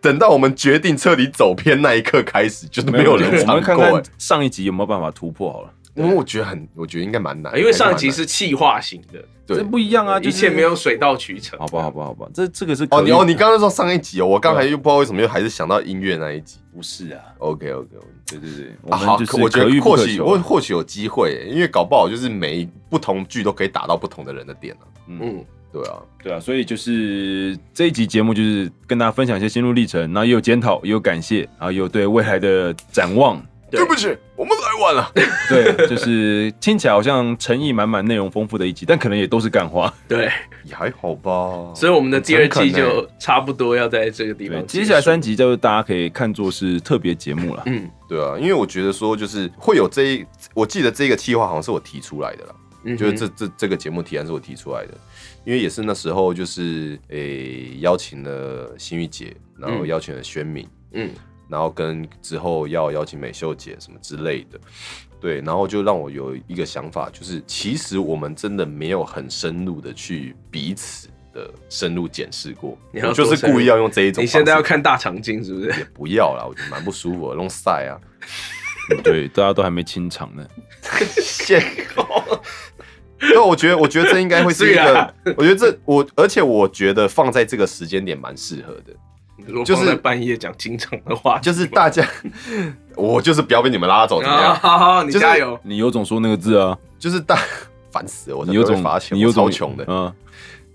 Speaker 5: 等到我们决定彻底走偏那一刻开始，就是没有
Speaker 3: 没
Speaker 5: 冷
Speaker 3: 我
Speaker 5: 场
Speaker 3: 们看
Speaker 5: 过、哎
Speaker 3: 看上一集有没有办法突破好了。
Speaker 5: 因为我觉得很，我觉得应该蛮难，
Speaker 6: 啊因为上一集
Speaker 5: 应该蛮难
Speaker 6: 是气化型的，
Speaker 3: 这
Speaker 5: 对
Speaker 3: 不一样啊，
Speaker 6: 一
Speaker 3: 就是
Speaker 6: 切没有水到渠成。
Speaker 3: 好吧，好吧，好吧，这这个是
Speaker 5: 哦，
Speaker 3: 可
Speaker 5: 你
Speaker 3: 以
Speaker 5: 哦，
Speaker 3: 的
Speaker 5: 你刚刚说上一集哦，我刚才又不知道为什么又还是想到音乐那一集。
Speaker 3: 不是啊，
Speaker 5: OK OK，
Speaker 3: 对对对，我
Speaker 5: 啊
Speaker 3: 们
Speaker 5: 好，
Speaker 3: 就是
Speaker 5: 可我觉
Speaker 3: 可遇
Speaker 5: 得
Speaker 3: 不
Speaker 5: 或
Speaker 3: 可
Speaker 5: 许
Speaker 3: 求
Speaker 5: 或
Speaker 3: 啊，
Speaker 5: 或许有机会耶，因为搞不好就是每一不同剧都可以打到不同的人的点啊。
Speaker 6: 嗯，
Speaker 5: 对啊，
Speaker 3: 对啊，所以就是这一集节目就是跟大家分享一些心路历程，然后也有检讨，也有感谢，然后也有对未来的展望，
Speaker 6: 对
Speaker 5: 不起，我们来晚了。
Speaker 3: 对，就是听起来好像诚意满满、内容丰富的一集，但可能也都是干 话。
Speaker 6: 对，
Speaker 5: 也还好吧。
Speaker 6: 所以我们的第二季
Speaker 5: 很诚恳欸
Speaker 6: 就差不多要在这个地
Speaker 3: 对，
Speaker 6: 方。
Speaker 3: 接下来三，集就是大家可以看作是特别节目了。
Speaker 6: 嗯
Speaker 5: 对啊，因为我觉得说就是会有这一，我记得这个计划好像是我提出来的啦，
Speaker 6: 嗯哼，
Speaker 5: 就是这这这个节目提案是我提出来的，因为也是那时候就是诶、邀请了新玉姐，然后
Speaker 6: 嗯
Speaker 5: 邀请了宣敏，
Speaker 6: 嗯
Speaker 5: 然后跟之后要邀请美秀姐什么之类的，对，然后就让我有一个想法，就是其实我们真的没有很深入的去彼此的深入检视过，
Speaker 6: 你要
Speaker 5: 我就
Speaker 6: 多
Speaker 5: 是
Speaker 6: 深入
Speaker 5: 故意要用这一种
Speaker 6: 你
Speaker 5: 方式。
Speaker 6: 现在要看大长今是不是？
Speaker 5: 也不要啦，我觉得蛮不舒服的，弄晒啊，
Speaker 3: 对，大家都还没清场呢。
Speaker 5: 谢对，我觉得，我觉得这应该会是一
Speaker 6: 是啊
Speaker 5: 个，我觉得这我，而且我觉得放在这个时间点蛮适合的，
Speaker 6: 如果
Speaker 5: 就
Speaker 6: 放
Speaker 5: 是
Speaker 6: 在半夜讲经常的话，
Speaker 5: 就是 大家，我就是不要被你们拉走，怎么
Speaker 6: 啊，
Speaker 5: 样？
Speaker 6: 好好，你
Speaker 5: 就是
Speaker 6: 加油。
Speaker 3: 你有种说那个字啊，
Speaker 5: 就是大烦死了，我才
Speaker 3: 你
Speaker 5: 不
Speaker 3: 有
Speaker 5: 会
Speaker 3: 种
Speaker 5: 罚，钱，
Speaker 3: 你有
Speaker 5: 我超
Speaker 3: 种
Speaker 5: 穷的，
Speaker 3: 嗯，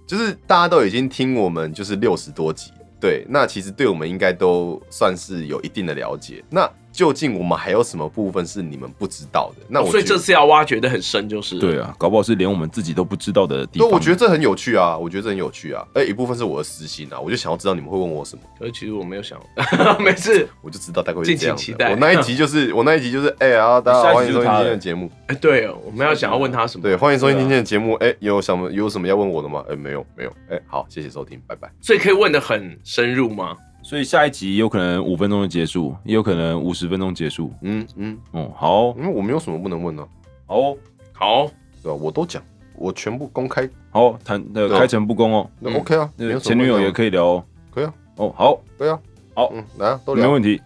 Speaker 5: 就是大家都已经听我们就是六十多集，对，那其实对我们应该都算是有一定的了解。那究竟我们还有什么部分是你们不知道的？那我
Speaker 6: 哦所以
Speaker 5: 觉
Speaker 6: 这
Speaker 5: 得
Speaker 6: 次要挖掘的很深，就是
Speaker 3: 对啊，搞不好是连我们自己都不知道的地
Speaker 5: 对，
Speaker 3: 方。
Speaker 5: 我觉得这很有趣啊，我觉得这很有趣啊。而一部分是我的私心啊，我就想要知道你们会问我什么，
Speaker 6: 可是其实我没有想， 没事。
Speaker 5: 我就知道大概会是这样
Speaker 6: 敬请期
Speaker 5: 的。
Speaker 6: 待
Speaker 5: 我那一集就是我那一集就是哎啊，大家好
Speaker 3: 下
Speaker 5: 欢
Speaker 3: 一集
Speaker 5: 迎
Speaker 3: 就
Speaker 5: 收
Speaker 3: 是
Speaker 5: 听
Speaker 3: 他
Speaker 5: 今天
Speaker 3: 了
Speaker 5: 的节目，
Speaker 6: 哎，对哦，我们要想要问他什么？
Speaker 5: 对，欢迎收听今天的节目。哎，有什么有什么要问我的吗？哎，没有没有，哎，好，谢谢收听，拜拜。
Speaker 6: 所以可以问的很深入吗？
Speaker 3: 所以下一集有可能五分钟就结束，也有可能五十分钟结束。
Speaker 5: 嗯嗯，
Speaker 3: 哦，好哦，
Speaker 5: 因为我没有什么不能问的、啊
Speaker 3: 好哦，
Speaker 6: 好，
Speaker 5: 对吧、我都讲，我全部公开，
Speaker 3: 好哦，谈呃
Speaker 5: 对啊
Speaker 3: 开诚布公哦。
Speaker 5: 那 OK 啊，没
Speaker 3: 那
Speaker 5: 有什么
Speaker 3: 前女友
Speaker 5: 问题啊
Speaker 3: 也可以聊哦。
Speaker 5: 可以啊，
Speaker 3: 哦，好，
Speaker 5: 对啊，
Speaker 3: 好
Speaker 5: 嗯，来啊，都
Speaker 3: 没
Speaker 5: 聊，
Speaker 3: 问题。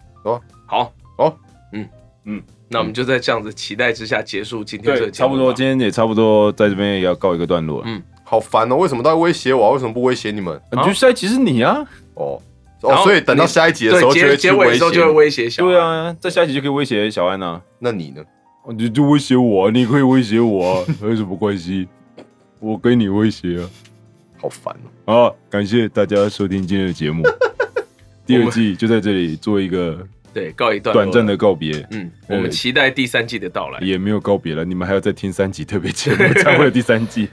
Speaker 6: 好，
Speaker 5: 好，
Speaker 6: 嗯嗯
Speaker 3: 嗯，
Speaker 6: 那我们就在这样子期待之下结束今天这
Speaker 3: 对，
Speaker 6: 个
Speaker 3: 差不多，今天也差不多在这边也要告一个段落了。
Speaker 6: 嗯
Speaker 5: 好烦哦，为什么都要威胁我啊？为什么不威胁你们？
Speaker 3: 啊你就下一集是你啊，
Speaker 5: 哦
Speaker 6: 然后
Speaker 5: 哦，所以等到下一集的时候就
Speaker 6: 结
Speaker 5: 会去
Speaker 6: 结尾的时候就会
Speaker 5: 威胁
Speaker 6: 威胁小，
Speaker 3: 对，啊，在下一集就可以威胁小安啊，
Speaker 5: 那你呢？
Speaker 3: 哦你就威胁我啊，你可以威胁我 啊，有什么关系？我跟你威胁啊！
Speaker 5: 好烦哦。
Speaker 3: 好，感谢大家收听今天的 节目，第二季就在这里做一个
Speaker 6: 对，告一段落
Speaker 3: 短暂的，告别，
Speaker 6: 嗯，我们期待第三季的到
Speaker 5: 嗯
Speaker 6: 来，
Speaker 3: 也没有告别了，你们还要再听三集特别 节目才会有第三季。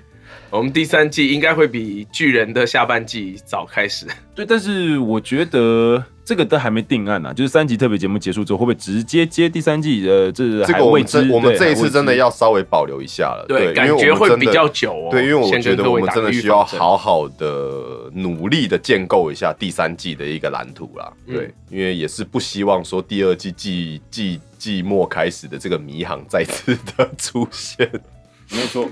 Speaker 6: 我们第三季应该会比巨人的下半季早开 始，
Speaker 3: 对，但是我觉得这个都还没定案啊，就是三集特别节目结束之后，会不会直接接第三季？呃，这
Speaker 5: 这
Speaker 3: 还
Speaker 5: 个我
Speaker 3: 未
Speaker 5: 们
Speaker 3: 知。
Speaker 5: 这我们
Speaker 3: 对
Speaker 5: 这
Speaker 3: 还未
Speaker 5: 一次
Speaker 3: 知
Speaker 5: 真的要稍微保留一下了，对，因
Speaker 6: 感
Speaker 5: 为我
Speaker 6: 觉
Speaker 5: 们
Speaker 6: 会
Speaker 5: 真
Speaker 6: 比
Speaker 5: 的
Speaker 6: 较久哦，
Speaker 5: 对，因为我
Speaker 6: 先
Speaker 5: 觉
Speaker 6: 跟
Speaker 5: 得
Speaker 6: 各
Speaker 5: 我
Speaker 6: 位
Speaker 5: 们
Speaker 6: 打
Speaker 5: 真
Speaker 6: 个
Speaker 5: 的
Speaker 6: 预
Speaker 5: 需要
Speaker 6: 防针，
Speaker 5: 好好的努力的建构一下第三季的一个蓝图啦。
Speaker 6: 嗯
Speaker 5: 对，因为也是不希望说第二季季季季末开始的这个迷航再次的出现。
Speaker 3: 没有错。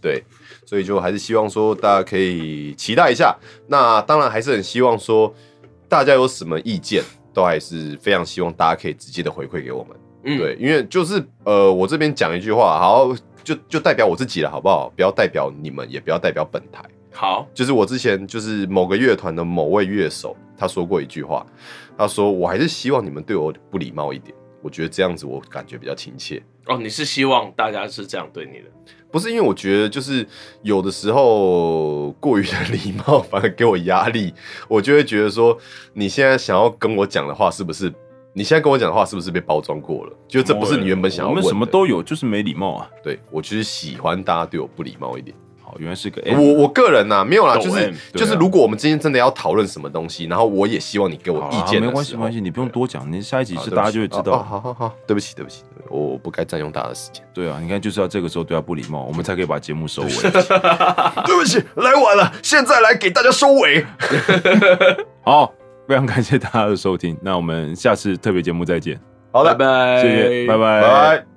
Speaker 5: 对，所以就还是希望说大家可以期待一下。那当然还是很希望说大家有什么意见，都还是非常希望大家可以直接的回馈给我们。
Speaker 6: 嗯，
Speaker 5: 对，因为就是呃，我这边讲一句话，好，就就代表我自己了，好不好？不要代表你们，也不要代表本台。
Speaker 6: 好，
Speaker 5: 就是我之前就是某个乐团的某位乐手，他说过一句话，他说我还是希望你们对我不礼貌一点，我觉得这样子我感觉比较亲切。
Speaker 6: 哦，你是希望大家是这样对你的，
Speaker 5: 不是因为我觉得，就是有的时候过于的礼貌反而给我压力，我就会觉得说，你现在想要跟我讲的话，是不是你现在跟我讲的话，是不是被包装过了？就这不是你原本想要
Speaker 3: 我
Speaker 5: 问
Speaker 3: 们
Speaker 5: 的。
Speaker 3: 什么都有，就是没礼貌啊。
Speaker 5: 对我就是喜欢大家对我不礼貌一点。
Speaker 3: 好，原来是个哎 M
Speaker 5: 我我个人呐、没有啦，
Speaker 3: 抖
Speaker 5: 就是
Speaker 3: M，对啊
Speaker 5: 就是，如果我们今天真的要讨论什么东西，然后我也希望你给我
Speaker 3: 好
Speaker 5: 意
Speaker 3: 啦
Speaker 5: 见的
Speaker 3: 没关系，
Speaker 5: 时
Speaker 3: 没
Speaker 5: 候
Speaker 3: 关系，你不用多讲，你下一集
Speaker 5: 好
Speaker 3: 是
Speaker 5: 对不
Speaker 3: 大家
Speaker 5: 起
Speaker 3: 就会知
Speaker 5: 哦哦
Speaker 3: 道。
Speaker 5: 好好好，对不起，对不起，对不起我我不该占用大家的时间。
Speaker 3: 对啊，你看就是要这个时候对他不礼
Speaker 5: 哦
Speaker 3: 貌，我们才可以把节目收尾。
Speaker 5: 对不起，来晚了，现在来给大家收尾。
Speaker 3: 好，非常感谢大家的收听，那我们下次特别节目再见，
Speaker 5: 好的，
Speaker 6: 拜，
Speaker 3: 谢谢，拜拜，
Speaker 5: 哎拜拜。